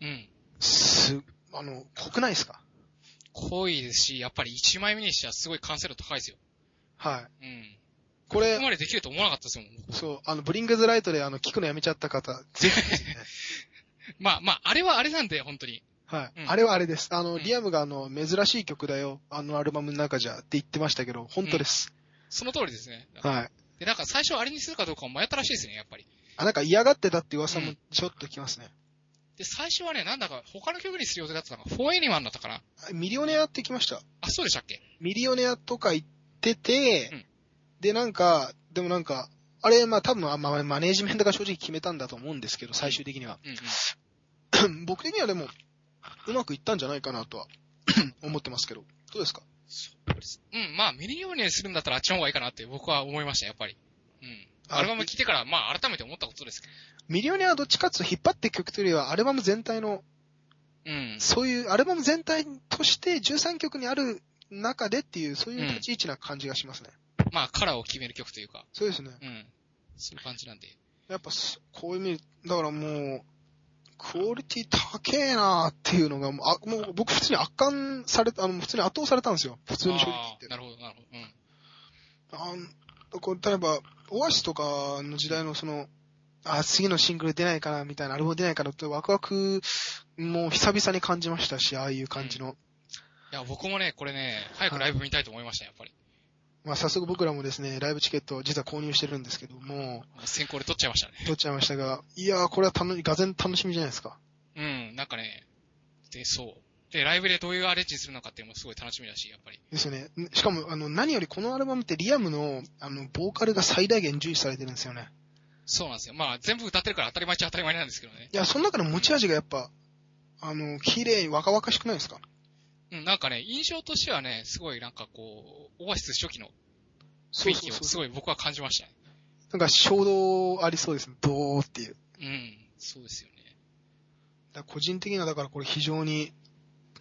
Speaker 2: うん。
Speaker 1: す、あの、濃くないですか
Speaker 2: 濃いですし、やっぱり1枚目にしてはすごい完成度高いですよ。
Speaker 1: はい。
Speaker 2: うん。
Speaker 1: こ
Speaker 2: こ
Speaker 1: れ
Speaker 2: こ、までできると思わなかったですもん。
Speaker 1: そう、あの、ブリングズライトであの、聞くのやめちゃった方、ぜひですね。
Speaker 2: まあまあ、あれはあれなんで、本当に。
Speaker 1: はい、
Speaker 2: うん
Speaker 1: あれはあれです。あの、
Speaker 2: うん
Speaker 1: リアムがあの、珍しい曲だよ。あのアルバムの中じゃって言ってましたけど、本当です。
Speaker 2: その通りですね。
Speaker 1: はい。
Speaker 2: で、なんか最初あれにするかどうかも迷ったらしいですね、やっぱり。
Speaker 1: あ、なんか嫌がってたって噂
Speaker 2: う
Speaker 1: も
Speaker 2: ん
Speaker 1: ちょっときますね。
Speaker 2: で、最初はね、なんだか他の曲にする予定だったのが、フォーエニワンだったかな。
Speaker 1: ミリオネアって来ました。
Speaker 2: あ、そうでしたっけ
Speaker 1: ミリオネアとか言ってて、
Speaker 2: うん
Speaker 1: で、なんか、でもなんか、あれ、まあ多分、あまあ、マネージメントが正直決めたんだと思うんですけど、最終的には。
Speaker 2: うんうん。
Speaker 1: 僕的にはでも、うまくいったんじゃないかなとは、 思ってますけど。どうですか
Speaker 2: そうです。うん、まあ、ミリオネにするんだったらあっちの方がいいかなって僕は思いました、やっぱり。うん。
Speaker 1: あ
Speaker 2: アルバム聴いてから、まあ、改めて思ったことですけ
Speaker 1: ミリオネアはどっちかっていうと引っ張っていく曲というよりは、アルバム全体の
Speaker 2: ど。うん。
Speaker 1: そういうアルバム全体として13曲にある中でっていう、そういう立ち位置な感じがしますね。
Speaker 2: まあ、カラーを決める曲というか、
Speaker 1: そうですね。
Speaker 2: うん。そういう感じなんで。
Speaker 1: やっぱそ、こういう意味、だからもう、クオリティ高えなーっていうのが、もう、あもう僕普通に圧巻された、あの、普通に圧倒されたんですよ。普通に正直
Speaker 2: あ
Speaker 1: 言
Speaker 2: ー
Speaker 1: って。
Speaker 2: なるほど、なるほど。うん。
Speaker 1: あんこう例えば、オアシスとかの時代のその、あ、次のシングル出ないかな、みたいな、アルバム出ないかなってワクワク、もう久々に感じましたし、ああいう感じの。
Speaker 2: いや、僕もね、これね、早くライブ見たいと思いました、やっぱり。
Speaker 1: まあ早速僕らもですね、ライブチケットを実は購入してるんですけども、
Speaker 2: 先行で撮っちゃいましたね。
Speaker 1: 撮っちゃいましたが、いやー、これは楽し、がぜん楽しみじゃないですか。
Speaker 2: うん、なんかね、で、そう。で、ライブでどういうアレンジするのかっていうのもすごい楽しみだし、やっぱり。
Speaker 1: ですよね。んしかも、あの、何よりこのアルバムってリアムの、あの、ボーカルが最大限重視されてるんですよね。
Speaker 2: そうなんですよ。まあ、全部歌ってるから当たり前っちゃ当たり前なんですけどね。
Speaker 1: いや、その中の持ち味がやっぱ、あの、綺麗に若々しくないですか
Speaker 2: うん、なんかね、印象としてはね、すごいなんかこう、オアシス初期の
Speaker 1: そ
Speaker 2: 雰
Speaker 1: う
Speaker 2: 囲
Speaker 1: そ
Speaker 2: 気
Speaker 1: う
Speaker 2: を
Speaker 1: そう
Speaker 2: すごい僕は感じましたね。
Speaker 1: なんか衝動ありそうですね。どーっていう。
Speaker 2: うん、そうですよね。
Speaker 1: だから個人的にはだからこれ非常に、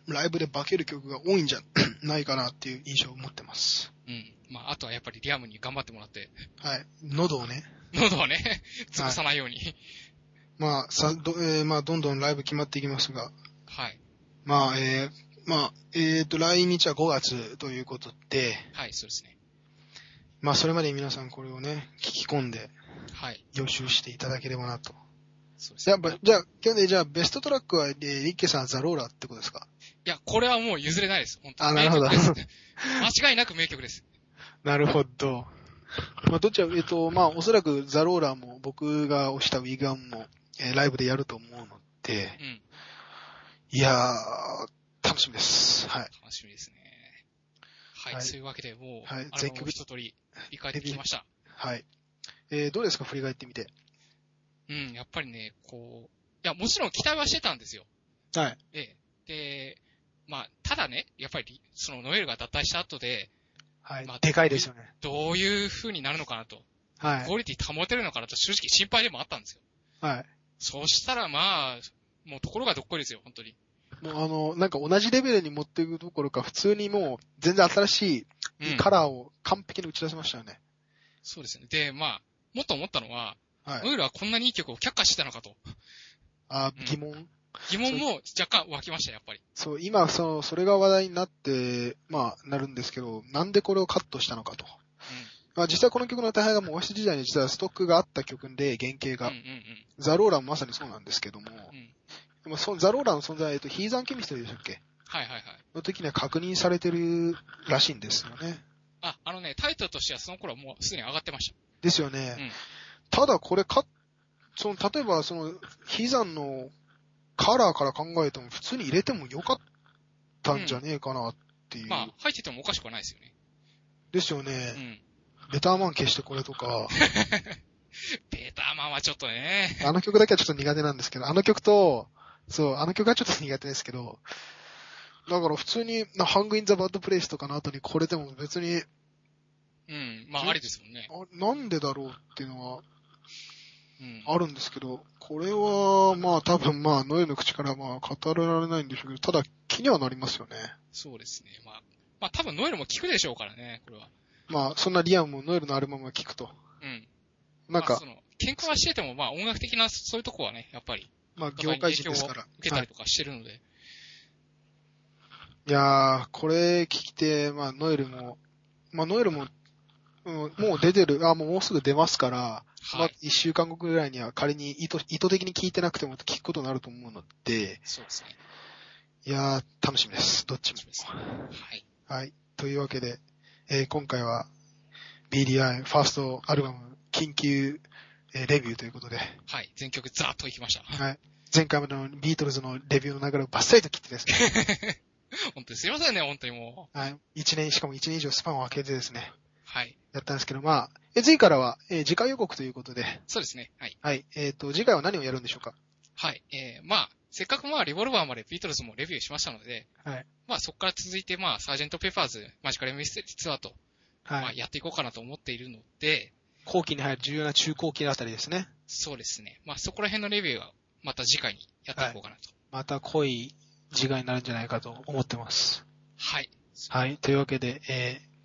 Speaker 1: ライブで化ける曲が多いんじゃないかなっていう印象を持ってます。
Speaker 2: うん。まあ、あとはやっぱりリアムに頑張ってもらって、
Speaker 1: はい。喉をね。
Speaker 2: 喉はね、 潰さないように。
Speaker 1: まあ、さ、ど、えーまあ、どんどんライブ決まっていきますが、
Speaker 2: はい。
Speaker 1: まあ、えーまあ、えーと、来日は5月ということで、
Speaker 2: はい、そうですね。
Speaker 1: まあ、それまでに皆さんこれをね、聞き込んで
Speaker 2: はい。
Speaker 1: 予習していただければなと。
Speaker 2: そうですね。
Speaker 1: やっぱ、じゃあ、今日で、じゃあ、ベストトラックは、えーリッケさん、ザ・ローラってことですか
Speaker 2: いや、これはもう譲れないです。本当
Speaker 1: あ、なるほど。
Speaker 2: 名曲です間違いなく名曲です。
Speaker 1: なるほど。まあ、どっちは、えっ、と、まあ、おそらくザ・ローラも、僕が押したウィガンも、えーライブでやると思うので、
Speaker 2: うん。
Speaker 1: いやー、楽しみです。はい。
Speaker 2: 楽しみですね。はい。
Speaker 1: はい
Speaker 2: そういうわけで、もう、
Speaker 1: はい
Speaker 2: アルバムを一通り理解できました。
Speaker 1: はい。えーどうですか振り返ってみて。
Speaker 2: うん、やっぱりね、こう、いや、もちろん期待はしてたんですよ。
Speaker 1: はい。
Speaker 2: で、で、まあ、ただね、やっぱり、そのノエルが脱退した後で、
Speaker 1: はい。
Speaker 2: まあ
Speaker 1: でかいですよね。
Speaker 2: どういう風になるのかなと、
Speaker 1: はい
Speaker 2: ク。オリティ保てるのかなと、正直心配でもあったんですよ。
Speaker 1: はい。
Speaker 2: そしたら、まあ、もうところがどっこいですよ、本当に。
Speaker 1: もうあの、なんか同じレベルに持っていくどころか、普通にもう、全然新し
Speaker 2: う
Speaker 1: い
Speaker 2: ん
Speaker 1: カ。ラーを完璧に打ち出しましたよね。
Speaker 2: そうですね。で、まあ、もっと思ったのは、
Speaker 1: はい。
Speaker 2: ノエルはこんなにいい曲を却下してたのかと、
Speaker 1: あ
Speaker 2: うん、
Speaker 1: 疑問。
Speaker 2: 疑問も若干湧きました、やっぱり。
Speaker 1: そう、今、その、それが話題になって、まあ、なるんですけど、なんでこれをカットしたのかと。まあ、実際この曲の大半がもう、オアシス時代に実はストックがあった曲で、原型
Speaker 2: うん。う
Speaker 1: が。
Speaker 2: んうん
Speaker 1: ザ・ローラもまさにそうなんですけども、
Speaker 2: うん。うん。
Speaker 1: でもそザ・ローラの存在、えっと、ヒーザン・ケミストリーでしたっけ
Speaker 2: はいはいはい。
Speaker 1: の時には確認されてるらしいんですよね。
Speaker 2: あ、あのね、タイトルとしてはその頃はもうすでに上がってました。
Speaker 1: ですよね。ただこれか、その、例えばその、ヒザンのカラーから考えても普通に入れてもよかったんじゃねえかなっていう。
Speaker 2: まあ、入っててもおかしくはないですよね。
Speaker 1: ですよ
Speaker 2: う
Speaker 1: ね。
Speaker 2: ん。
Speaker 1: レターマン消してこれとか、
Speaker 2: ベーターマあーまあちょっとね。
Speaker 1: あの曲だけはちょっと苦手なんですけど、あの曲と、そう、あの曲はちょっと苦手ですけど、だから普通に、なハングインザバッドプレイスとかの後にこれでも別に、
Speaker 2: うん。まあありですもんね。
Speaker 1: あなんでだろうっていうのは
Speaker 2: うん。
Speaker 1: あるんですけど、これは、まあ多分まあ、ノエの口からまあ語られないんでしょうけど、ただ気にはなりますよね。
Speaker 2: そうですね。まあ、まあ多分ノエルも聞くでしょうからね、これは。
Speaker 1: まあ、そんなリアムもノエルのアルバムを聴くと。
Speaker 2: うん。
Speaker 1: なん
Speaker 2: まあ
Speaker 1: か
Speaker 2: そ、の、喧嘩はしてても、まあ音楽的なそういうとこはね、やっぱり
Speaker 1: まあ、業界人ですから。
Speaker 2: 受けたりとかしてるので。
Speaker 1: いやー、これ聞きて、まあ、ノエルも、まあ、ノエルも、うん、もう出てる、あ、もうもうすぐ出ますから、ま
Speaker 2: は
Speaker 1: あ
Speaker 2: い。、
Speaker 1: 一週間後ぐらいには仮に意図意図的に聞いてなくても聞くことになると思うので、
Speaker 2: そうですね。
Speaker 1: いやー、楽しみです。どっちも
Speaker 2: 楽し。みですねはい。
Speaker 1: はい。というわけで、えー今回は BDI ファーストアルバム緊急、えーレビューということで、
Speaker 2: はい。全曲ザーッといきました。
Speaker 1: はい。前回までのビートルズのレビューの流れをバッサリと切ってです ね、
Speaker 2: 本当にすいませんね、本当にもう。
Speaker 1: はい。一年、しかも一年以上スパンを空けてですね、
Speaker 2: はい。
Speaker 1: やったんですけど、まあ、え次からは、えー次回予告ということで、
Speaker 2: そうですね。はい。
Speaker 1: はい。えっ、と、次回は何をやるんでしょうか
Speaker 2: はい。えー、まあ、せっかくまあ、リボルバーまでビートルズもレビューしましたので、
Speaker 1: はい。
Speaker 2: まあ、そこから続いてまあ、サージェント・ペパーズ、マジカル・ミステリーツアーと、ま
Speaker 1: は
Speaker 2: あ、
Speaker 1: い。
Speaker 2: やっていこうかなと思っているので、
Speaker 1: 後期に入る重要な中後期のあたりですね。
Speaker 2: そうですね。まあ、そこら辺のレビューは、また次回にやっていこうかなと。
Speaker 1: また濃い次回になるんじゃないかと思ってます。
Speaker 2: はい。
Speaker 1: はい。というわけで、えー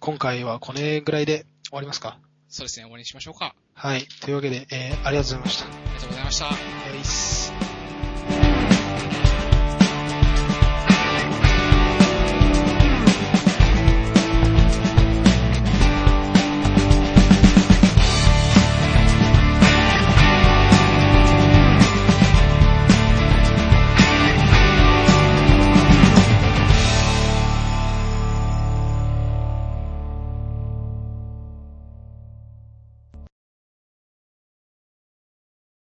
Speaker 1: 今回はこれぐらいで終わりますか
Speaker 2: そうですね。終わりにしましょうか。
Speaker 1: はい。というわけで、えーありがとうございました。
Speaker 2: ありがとうございました。
Speaker 1: えーいっす